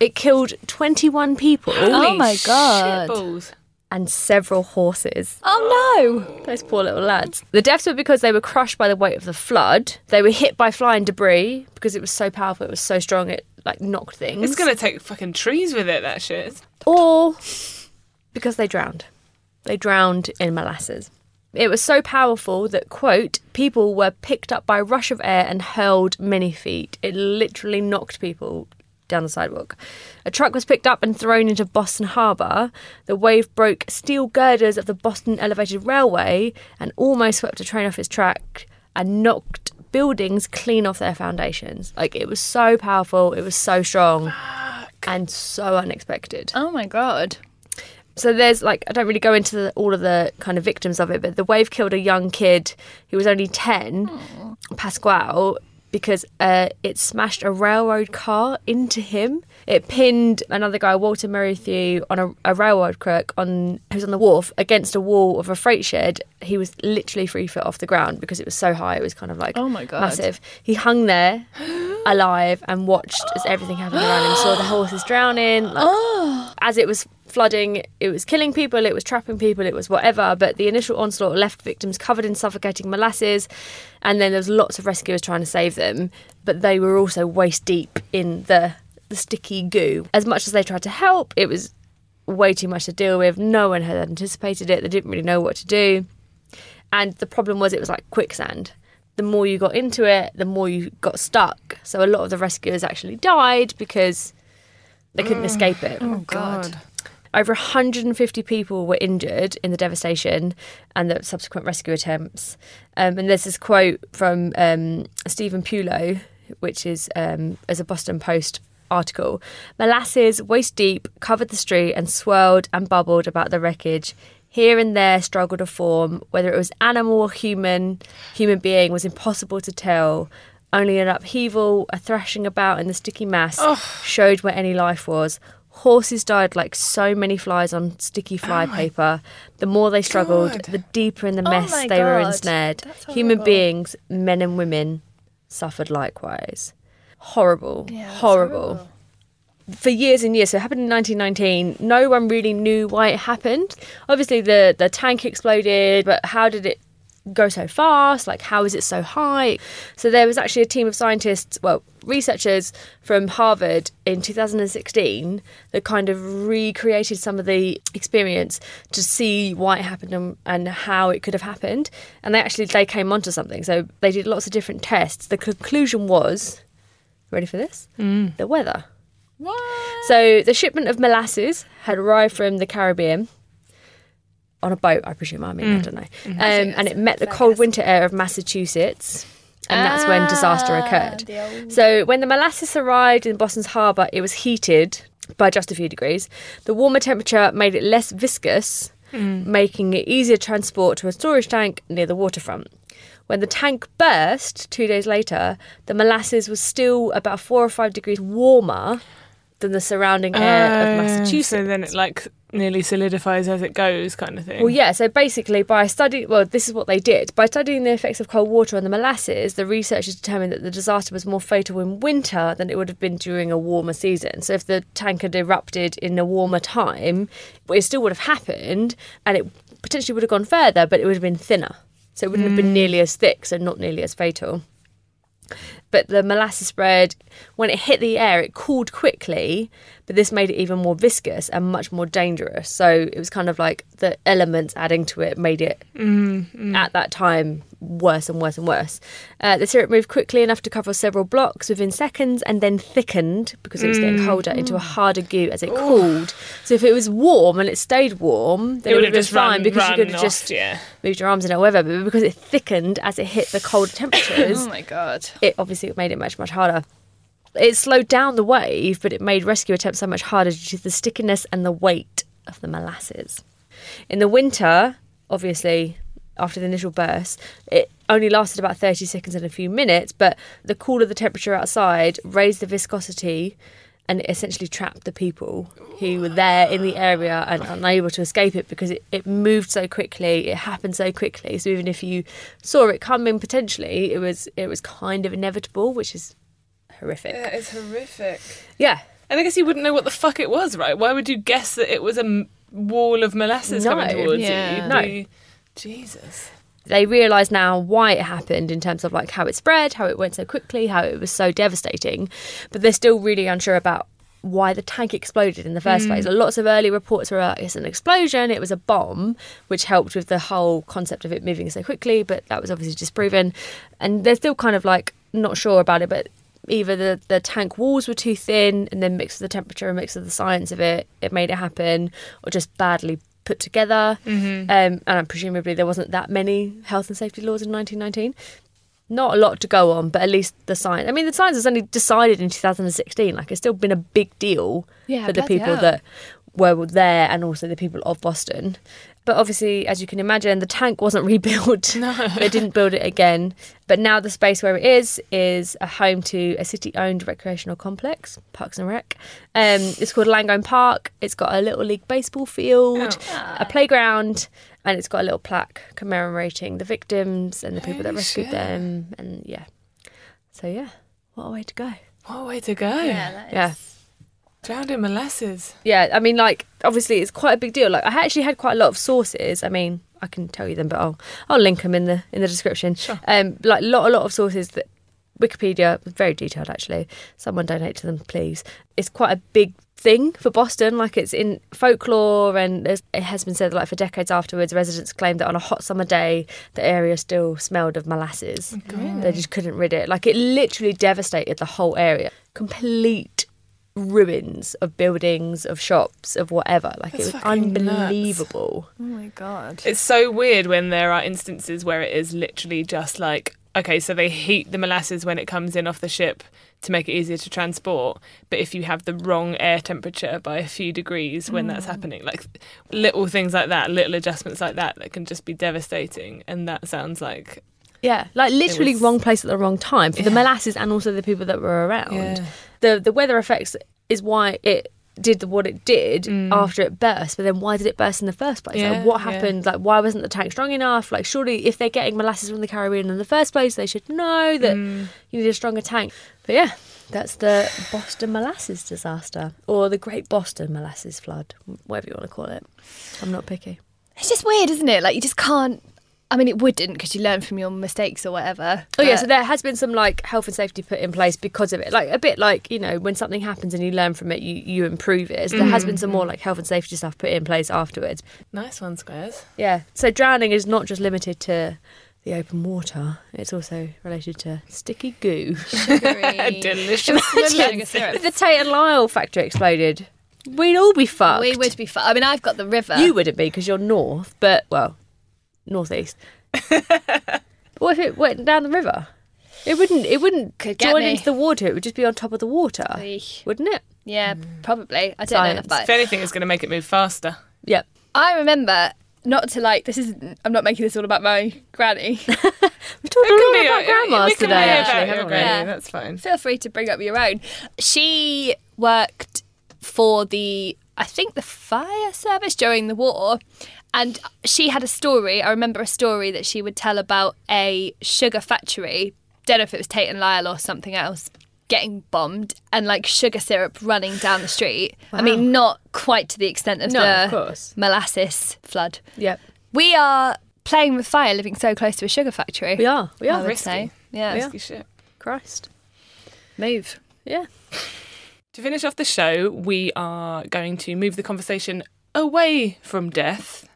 [SPEAKER 3] It killed 21 people
[SPEAKER 4] Oh my god.
[SPEAKER 2] Balls.
[SPEAKER 3] and several horses.
[SPEAKER 4] Oh no.
[SPEAKER 3] Those poor little lads. The deaths were because they were crushed by the weight of the flood. They were hit by flying debris because it was so powerful, it was so strong, it like knocked things.
[SPEAKER 2] It's gonna take fucking trees with it. That shit. It's-
[SPEAKER 3] or because they drowned. They drowned in molasses. It was so powerful that, quote, people were picked up by a rush of air and hurled many feet. It literally knocked people down the sidewalk. A truck was picked up and thrown into Boston Harbour. The wave broke steel girders of the Boston Elevated Railway and almost swept a train off its track and knocked buildings clean off their foundations. Like, it was so powerful, it was so strong, and so unexpected.
[SPEAKER 4] Oh my god.
[SPEAKER 3] So there's like I don't really go into the, all of the kind of victims of it, but the wave killed a young kid who was only ten, Pasquale, because uh, it smashed a railroad car into him. It pinned another guy, Walter Merrithew, on a, a railroad crook on who's on the wharf against a wall of a freight shed. He was literally three foot off the ground because it was so high. It was kind of like
[SPEAKER 4] Oh my God.
[SPEAKER 3] massive. He hung there alive and watched as everything happened around him. Saw the horses drowning. Like,
[SPEAKER 4] Oh
[SPEAKER 3] as it was flooding, it was killing people, it was trapping people, it was whatever. But the initial onslaught left victims covered in suffocating molasses, and then there was lots of rescuers trying to save them, but they were also waist deep in the the sticky goo. As much as they tried to help, it was way too much to deal with. No one had anticipated it. They didn't really know what to do. And the problem was it was like quicksand. The more you got into it, the more you got stuck. So a lot of the rescuers actually died because they couldn't escape it.
[SPEAKER 4] God.
[SPEAKER 3] Over 150 people were injured in the devastation and the subsequent rescue attempts. Um, and there's this quote from um, Stephen Pulow, which is um, as a Boston Post article. Molasses, waist deep, covered the street and swirled and bubbled about the wreckage. Here and there struggled a form, whether it was animal or human, human being was impossible to tell. Only an upheaval, a thrashing about in the sticky mass, showed where any life was. Horses died like so many flies on sticky
[SPEAKER 4] Oh
[SPEAKER 3] flypaper. the more they struggled, the deeper in the mess
[SPEAKER 4] my
[SPEAKER 3] they were
[SPEAKER 4] God.
[SPEAKER 3] ensnared.
[SPEAKER 4] That's
[SPEAKER 3] Human
[SPEAKER 4] horrible.
[SPEAKER 3] beings, men and women, suffered likewise. Horrible,
[SPEAKER 4] Yeah, that's
[SPEAKER 3] horrible. for years and years. So it happened in 1919. No one really knew why it happened. Obviously, the the tank exploded, but how did it go so fast? Like, how is it so high? So there was actually a team of scientists, well, researchers from Harvard in 2016 that kind of recreated some of the experience to see why it happened and, and how it could have happened. And they actually they came onto something. So they did lots of different tests. The conclusion was, ready for this? The weather.
[SPEAKER 2] What?
[SPEAKER 3] So the shipment of molasses had arrived from the Caribbean on a boat, I presume. I mean, I don't know. Um, and it met the cold winter air of Massachusetts, and that's when disaster
[SPEAKER 4] Uh,
[SPEAKER 3] occurred. So when the molasses arrived in Boston's harbour, it was heated by just a few degrees. The warmer temperature made it less viscous, making it easier to transport to a storage tank near the waterfront. When the tank burst two days later, the molasses was still about four or five degrees warmer than the surrounding air Uh, of Massachusetts.
[SPEAKER 2] Oh, So then it like nearly solidifies as it goes, kind of thing.
[SPEAKER 3] Well, yeah. So basically, by studying, well, this is what they did. By studying the effects of cold water on the molasses, the researchers determined that the disaster was more fatal in winter than it would have been during a warmer season. So if the tank had erupted in a warmer time, it still would have happened, and it potentially would have gone further, but it would have been thinner. So it wouldn't have been nearly as thick, so not nearly as fatal. But the molasses spread, when it hit the air, it cooled quickly, but this made it even more viscous and much more dangerous. So it was kind of like the elements adding to it made it
[SPEAKER 2] Mm-hmm.
[SPEAKER 3] at that time worse and worse and worse. Uh, the syrup moved quickly enough to cover several blocks within seconds and then thickened because it was
[SPEAKER 2] Mm.
[SPEAKER 3] getting colder into a harder goo as it cooled. So if it was warm and it stayed warm, then it, would have been fine because you could have
[SPEAKER 2] run
[SPEAKER 3] just
[SPEAKER 2] off, yeah.
[SPEAKER 3] moved your arms in it or whatever. But because it thickened as it hit the colder temperatures,
[SPEAKER 4] Oh my god.
[SPEAKER 3] it obviously made it much much harder. It slowed down the wave, but it made rescue attempts so much harder due to the stickiness and the weight of the molasses. In the winter, obviously, after the initial burst, it only lasted about 30 seconds and a few minutes, but the cooler the temperature outside raised the viscosity and it essentially trapped the people who were there in the area and unable to escape it because it, it moved so quickly, it happened so quickly. So even if you saw it coming potentially, it was it was kind of inevitable, which is horrific.
[SPEAKER 2] That is horrific.
[SPEAKER 3] Yeah.
[SPEAKER 2] And I guess you wouldn't know what the fuck it was, right? Why would you guess that it was a m- wall of molasses
[SPEAKER 3] No.
[SPEAKER 2] coming towards
[SPEAKER 4] Yeah.
[SPEAKER 2] you? You'd
[SPEAKER 3] No.
[SPEAKER 2] be- Jesus.
[SPEAKER 3] They realise now why it happened in terms of like how it spread, how it went so quickly, how it was so devastating. But they're still really unsure about why the tank exploded in the first place. Lots of early reports were like, it's an explosion, it was a bomb, which helped with the whole concept of it moving so quickly, but that was obviously disproven. And they're still kind of like not sure about it, but either the, the tank walls were too thin and then mixed with the temperature and mixed with the science of it, it made it happen, or just badly put together. Um, and presumably there wasn't that many health and safety laws in 1919. Not a lot to go on, but at least the science. I mean, the science was only decided in 2016. Like, it's still been a big deal
[SPEAKER 4] Yeah,
[SPEAKER 3] for the
[SPEAKER 4] bloody
[SPEAKER 3] people
[SPEAKER 4] hell.
[SPEAKER 3] that were there and also the people of Boston. But obviously, as you can imagine, the tank wasn't rebuilt. they didn't build it again. But now the space where it is is a home to a city owned recreational complex, Parks and Rec. Um, it's called Langone Park. It's got a little league baseball field,
[SPEAKER 4] Oh,
[SPEAKER 3] a playground, and it's got a little plaque commemorating the victims and the people that
[SPEAKER 2] Holy
[SPEAKER 3] rescued
[SPEAKER 2] shit.
[SPEAKER 3] them. And yeah. So, yeah, what a way to go.
[SPEAKER 2] What a way to go.
[SPEAKER 3] Yeah.
[SPEAKER 2] Drowned in molasses.
[SPEAKER 3] Yeah, I mean, like obviously it's quite a big deal. Like I actually had quite a lot of sources. I mean, I can tell you them, but I'll I'll link them in the in the description. Sure. Um, like a lot a lot of sources that Wikipedia was very detailed actually. Someone donate to them, please. It's quite a big thing for Boston. Like it's in folklore, and there's- it has been said that like for decades afterwards, residents claimed that on a hot summer day, the area still smelled of
[SPEAKER 2] Oh,
[SPEAKER 3] molasses. They just couldn't rid it. Like it literally devastated the whole area. Complete ruins of buildings, of shops, of whatever. Like
[SPEAKER 2] That's
[SPEAKER 3] it was
[SPEAKER 2] fucking nuts.
[SPEAKER 3] unbelievable.
[SPEAKER 4] Oh my god.
[SPEAKER 2] It's so weird when there are instances where it is literally just like, okay, so they heat the molasses when it comes in off the ship to make it easier to transport. But if you have the wrong air temperature by a few degrees when that's happening, like little things like that, little adjustments like that, that can just be devastating. And that sounds like.
[SPEAKER 3] Yeah, like literally
[SPEAKER 2] was-
[SPEAKER 3] wrong place at the wrong time for the molasses and also the people that were around.
[SPEAKER 2] Yeah.
[SPEAKER 3] The the weather effects is why it did the, what it did after it burst, but then why did it burst in the first place?
[SPEAKER 2] Yeah,
[SPEAKER 3] like what
[SPEAKER 2] Mm. yeah.
[SPEAKER 3] happened? Like why wasn't the tank strong enough? Like surely if they're
[SPEAKER 2] Mm.
[SPEAKER 3] getting molasses from the Caribbean in the first place, they should know that you need a stronger tank. But yeah, That's the Boston molasses disaster or the Great Boston molasses flood, whatever you want to call it. I'm not picky.
[SPEAKER 4] It's just weird, isn't it? Like you just can't. I mean, it wouldn't because you learn from your mistakes or whatever.
[SPEAKER 3] Oh yeah,
[SPEAKER 4] but-
[SPEAKER 3] so there has been some like health and safety put in place because of it. Like a bit like you know when something happens and you learn from it, you you improve it. So there has
[SPEAKER 4] Mm.
[SPEAKER 3] been some more like health and safety stuff put in place afterwards.
[SPEAKER 2] Nice one, Squares.
[SPEAKER 3] Yeah. So drowning is not just limited to the open water; it's also related to sticky goo.
[SPEAKER 4] Sugary.
[SPEAKER 2] Delicious.
[SPEAKER 4] Sugar syrup.
[SPEAKER 3] if the Tate and Lyle factory exploded, we'd all be fucked.
[SPEAKER 4] We would be. Fu- I mean, I've got the river.
[SPEAKER 3] You wouldn't be because you're north, but well, northeast. but what if it went down the river? It wouldn't. It wouldn't
[SPEAKER 4] Could get
[SPEAKER 3] join
[SPEAKER 4] me.
[SPEAKER 3] into the water. It would just be on top of the water,
[SPEAKER 4] Eesh.
[SPEAKER 3] wouldn't it?
[SPEAKER 4] Yeah, probably. I don't know
[SPEAKER 3] Science.
[SPEAKER 4] enough about
[SPEAKER 2] If
[SPEAKER 4] it.
[SPEAKER 2] anything, it's going to make it move faster.
[SPEAKER 3] Yep.
[SPEAKER 4] I remember not to like. This is. I'm not making this all about my granny.
[SPEAKER 3] We've talked a
[SPEAKER 2] It
[SPEAKER 3] lot
[SPEAKER 2] can be-
[SPEAKER 3] about
[SPEAKER 2] we
[SPEAKER 3] grandmas
[SPEAKER 2] can
[SPEAKER 3] today,
[SPEAKER 2] be about
[SPEAKER 3] actually,
[SPEAKER 2] your
[SPEAKER 3] haven't we?
[SPEAKER 2] granny,
[SPEAKER 4] Yeah.
[SPEAKER 2] That's fine.
[SPEAKER 4] Feel free to bring up your own. She worked for the, I think, the fire service during the war. And she had a story. I remember a story that she would tell about a sugar factory. Don't know if it was Tate and Lyle or something else getting bombed and like sugar syrup running down the street. I mean, not quite to the extent of
[SPEAKER 3] No,
[SPEAKER 4] the
[SPEAKER 3] of course.
[SPEAKER 4] molasses flood.
[SPEAKER 3] Yep.
[SPEAKER 4] We are playing with fire, living so close to a sugar factory.
[SPEAKER 3] We are. We
[SPEAKER 4] I
[SPEAKER 3] are.
[SPEAKER 4] would say. Yeah.
[SPEAKER 2] Risky shit.
[SPEAKER 3] Christ.
[SPEAKER 4] Move.
[SPEAKER 3] Yeah.
[SPEAKER 2] To finish off the show, we are going to move the conversation away from death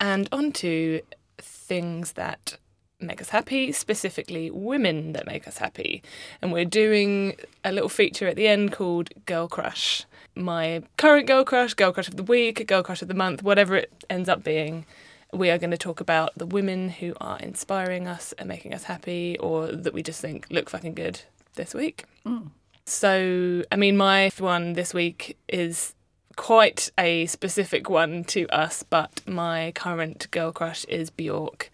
[SPEAKER 2] and onto things that make us happy, specifically women that make us happy. And we're doing a little feature at the end called Girl Crush. My current girl crush, girl crush of the week, girl crush of the month, whatever it ends up being. We are going to talk about the women who are inspiring us and making us happy or that we just think look fucking good this week. So, I mean, my one this week is quite a specific one to us, but my current girl crush is Bjork.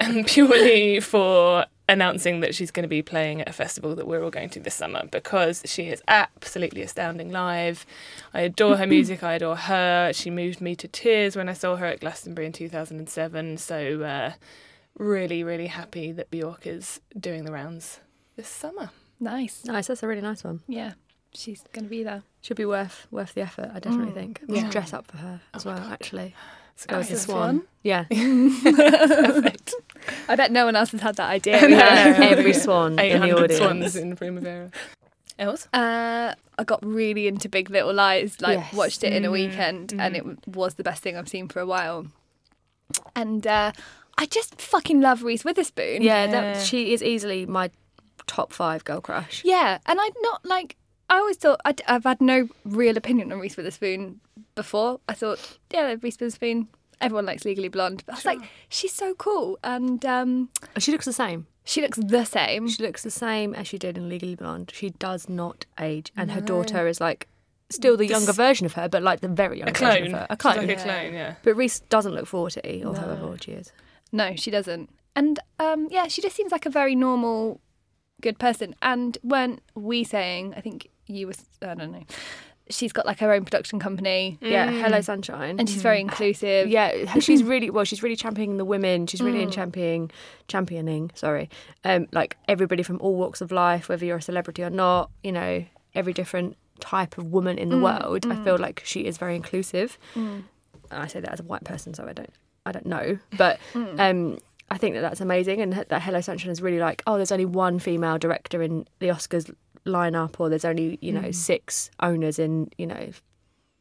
[SPEAKER 2] and purely for announcing that she's going to be playing at a festival that we're all going to this summer because she is absolutely astounding live. I adore her music, I adore her. She moved me to tears when I saw her at Glastonbury in 2007. So, uh, really, really happy that Bjork is doing the rounds this summer.
[SPEAKER 4] Nice.
[SPEAKER 3] Nice. That's a really nice one.
[SPEAKER 4] Yeah, she's going to be there.
[SPEAKER 3] Should be worth worth the effort. I definitely
[SPEAKER 2] Mm.
[SPEAKER 3] think. We should dress up for her as well. Actually.
[SPEAKER 2] It's
[SPEAKER 3] Go as a
[SPEAKER 2] gorgeous.
[SPEAKER 3] swan. Yeah.
[SPEAKER 4] I bet no one else has had that idea.
[SPEAKER 3] Every swan in the
[SPEAKER 2] 800
[SPEAKER 3] audience.
[SPEAKER 2] swans in Primavera. Else?
[SPEAKER 4] uh, I got really into Big Little Lies. Like
[SPEAKER 3] Yes.
[SPEAKER 4] watched it in a weekend, and it w- was the best thing I've seen for a while. And uh, I just fucking love Reese Witherspoon.
[SPEAKER 3] Yeah. That, she is easily my top five girl crush.
[SPEAKER 4] yeah. And I'm not like I always thought i have had no real opinion on Reese Witherspoon before. I thought, yeah, Reese Witherspoon. Everyone likes Legally Blonde. But I was like, she's so cool, and um,
[SPEAKER 3] She looks the same.
[SPEAKER 4] she looks the same.
[SPEAKER 3] She looks the same as she did in Legally Blonde. She does not age, and her daughter is like still the younger version of her, but like the very young version of
[SPEAKER 2] Clone.
[SPEAKER 3] her. A
[SPEAKER 2] She's
[SPEAKER 3] clone.
[SPEAKER 2] Like a clone, yeah.
[SPEAKER 3] But Reese doesn't look forty, or however old she is.
[SPEAKER 4] No, she doesn't. And um, yeah, she just seems like a very normal, good person. And weren't we saying? I think you was. I don't know. She's got like her own production company,
[SPEAKER 3] Yeah, hello sunshine.
[SPEAKER 4] and she's very inclusive.
[SPEAKER 3] yeah, she's really well. She's really championing the women. She's really in championing, championing. Sorry, um, like everybody from all walks of life, whether you're a celebrity or not. You know, every different type of woman in the world. I feel like she is very inclusive. And I say that as a white person, so I don't, I don't know, but. Um, I think that that's amazing, and that Hello Sunshine is really like, oh, there's only one female director in the Oscars lineup, or there's only you know six owners in you know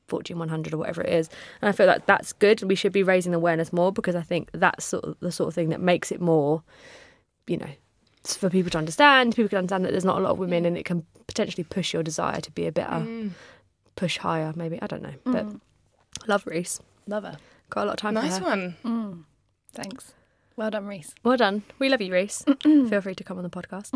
[SPEAKER 3] Fortune 100 or whatever it is. And I feel like that's good. We should be raising awareness more because I think that's sort of the sort of thing that makes it more, you know, it's for people to understand. People can understand that there's not a lot of women and it can potentially push your desire to be a better, push higher, maybe. I don't know. But love Reese.
[SPEAKER 4] love her.
[SPEAKER 3] Got a lot of time
[SPEAKER 2] Nice
[SPEAKER 3] for her.
[SPEAKER 2] one.
[SPEAKER 4] Thanks. Well done, Reese.
[SPEAKER 3] Well done. We love you, Reese. Feel free to come on the podcast.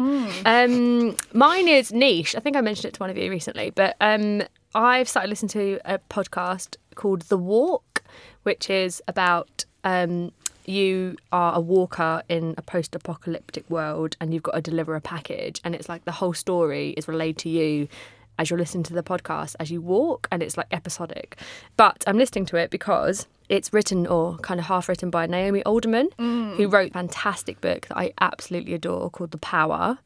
[SPEAKER 3] Um, mine is niche. I think I mentioned it to one of you recently, but um, I've started listening to a podcast called The Walk, which is about um, you are a walker in a post apocalyptic world and you've got to deliver a package. And it's like the whole story is relayed to you as you're listening to the podcast as you walk, and it's like episodic. But I'm listening to it because It's written or kind of half written by Naomi Alderman, who wrote a fantastic book that I absolutely adore called The Power.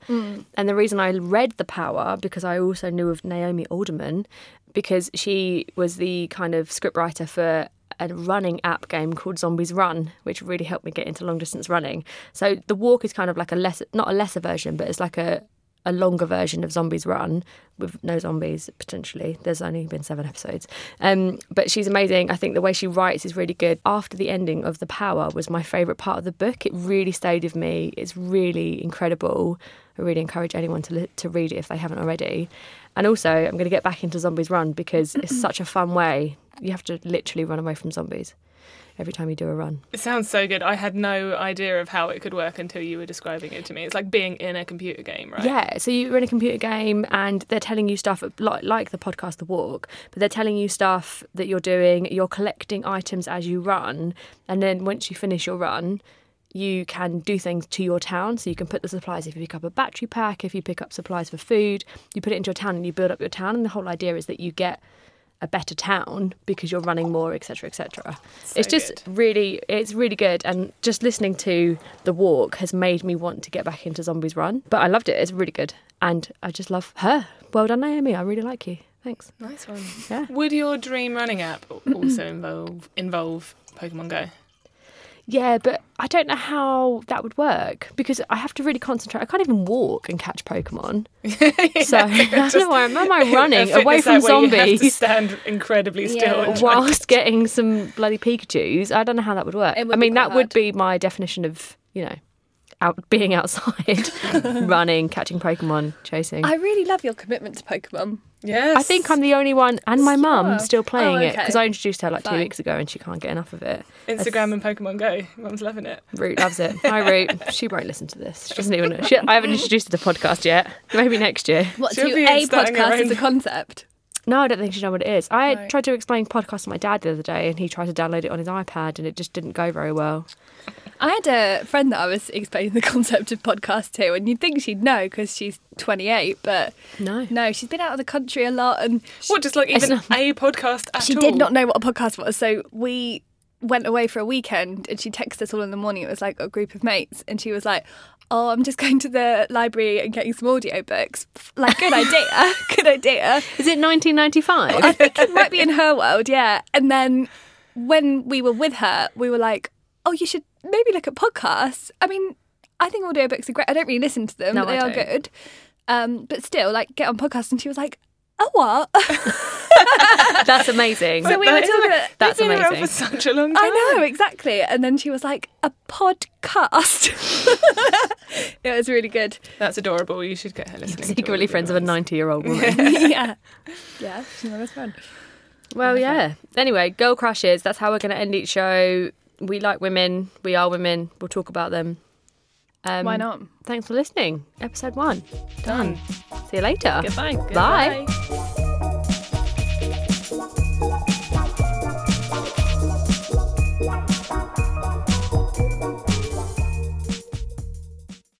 [SPEAKER 3] And the reason I read The Power, because I also knew of Naomi Alderman, because she was the kind of scriptwriter for a running app game called Zombies Run, which really helped me get into long distance running. So the walk is kind of like a less, not a lesser version, but it's like a a longer version of Zombies Run with no zombies potentially. There's only been seven episodes, um, but she's amazing. I think the way she writes is really good. After the ending of The Power was my favourite part of the book. It really stayed with me. It's really incredible. I really encourage anyone to li- to read it if they haven't already. And also, I'm going to get back into Zombies Run because it's such a fun way. You have to literally run away from zombies every time you do a run.
[SPEAKER 2] It sounds so good. I had no idea of how it could work until you were describing it to me. It's like being in a computer game, right?
[SPEAKER 3] Yeah, so you're in a computer game and they're telling you stuff like, like the podcast The Walk, but they're telling you stuff that you're doing. You're collecting items as you run, and then once you finish your run, you can do things to your town. So you can put the supplies if you pick up a battery pack, if you pick up supplies for food, you put it into your town and you build up your town. And the whole idea is that you get a better town because you're running more, etc., etc. it's just really, it's really good, and just listening to the walk has made me want to get back into Zombies Run. But I loved it; it's really good, and I just love her. Well done, Naomi. I really like you. Thanks.
[SPEAKER 2] Nice one.
[SPEAKER 3] Yeah.
[SPEAKER 2] Would your dream running app also involve involve Pokemon Go?
[SPEAKER 3] Yeah, but I don't know how that would work because I have to really concentrate. I can't even walk and catch Pokemon. so I don't know why am I running
[SPEAKER 2] A
[SPEAKER 3] away
[SPEAKER 2] fitness
[SPEAKER 3] from
[SPEAKER 2] app where You have to
[SPEAKER 3] zombies
[SPEAKER 2] stand incredibly still. and try-
[SPEAKER 3] whilst getting some bloody Pikachu's. I don't know how that would work.
[SPEAKER 4] It would
[SPEAKER 3] I
[SPEAKER 4] be
[SPEAKER 3] mean,
[SPEAKER 4] quite
[SPEAKER 3] that would
[SPEAKER 4] hard.
[SPEAKER 3] be my definition of you know, out being outside, running, catching Pokemon, chasing.
[SPEAKER 4] I
[SPEAKER 3] I,
[SPEAKER 4] really love your commitment to Pokemon.
[SPEAKER 2] Yes.
[SPEAKER 3] think I'm the only one, and my mum still playing
[SPEAKER 4] Oh,
[SPEAKER 3] it
[SPEAKER 4] okay.
[SPEAKER 3] because I introduced her like two
[SPEAKER 4] Fine.
[SPEAKER 3] weeks ago, and she can't get enough of it.
[SPEAKER 2] Instagram and Pokemon Go. Mum's loving it.
[SPEAKER 3] Root loves it. Hi, Root. She won't listen to this. She doesn't even know. She, I haven't introduced her to the podcast yet. Maybe next year.
[SPEAKER 4] What
[SPEAKER 2] She'll
[SPEAKER 4] to
[SPEAKER 2] be
[SPEAKER 4] a
[SPEAKER 2] starting her
[SPEAKER 4] podcast as
[SPEAKER 2] own-
[SPEAKER 4] a concept?
[SPEAKER 3] No, I don't think she knows what it is. I
[SPEAKER 4] Right.
[SPEAKER 3] tried to explain podcast to my dad the other day, and he tried to download it on his iPad, and it just didn't go very well.
[SPEAKER 4] I had a friend that I was explaining the concept of podcast to, and you'd think she'd know because she's 28, but
[SPEAKER 3] No.
[SPEAKER 4] no, she's been out of the country a lot, and
[SPEAKER 2] What, just like even
[SPEAKER 3] not-
[SPEAKER 2] a podcast at
[SPEAKER 4] she
[SPEAKER 2] all?
[SPEAKER 4] did not know what a podcast was. So we went away for a weekend, and she texted us all in the morning. It was like a group of mates, and she was like. Oh, I'm just going to the library and getting some audiobooks. Like, good idea, good idea.
[SPEAKER 3] Is it 1995?
[SPEAKER 4] I think it might be in her world, yeah. And then when we were with her, we were like, oh, you should maybe look at podcasts. I mean, I think audiobooks are great. I don't really listen to them,
[SPEAKER 3] No,
[SPEAKER 4] but they
[SPEAKER 3] I
[SPEAKER 4] are
[SPEAKER 3] don't.
[SPEAKER 4] good. Um, but still, like, get on podcasts. And she was like, oh, what?
[SPEAKER 3] That's amazing.
[SPEAKER 4] so we were
[SPEAKER 2] That is
[SPEAKER 4] talking
[SPEAKER 2] ama-
[SPEAKER 4] about.
[SPEAKER 3] That's
[SPEAKER 2] They've been around
[SPEAKER 3] amazing.
[SPEAKER 2] for such a long time.
[SPEAKER 4] I know, exactly. And then she was like, a podcast. it was really good.
[SPEAKER 2] That's adorable. You should get her listening.
[SPEAKER 3] Secretly friends of a 90 year old woman.
[SPEAKER 4] yeah. Yeah, she's my best friend.
[SPEAKER 3] Well, yeah. Anyway, girl crushes. That's how we're going to end each show. We like women. We are women. We'll talk about them. Um,
[SPEAKER 4] Why not?
[SPEAKER 3] Thanks for listening. Episode one.
[SPEAKER 2] Done.
[SPEAKER 3] See you later.
[SPEAKER 2] Goodbye.
[SPEAKER 3] Bye.
[SPEAKER 2] Goodbye.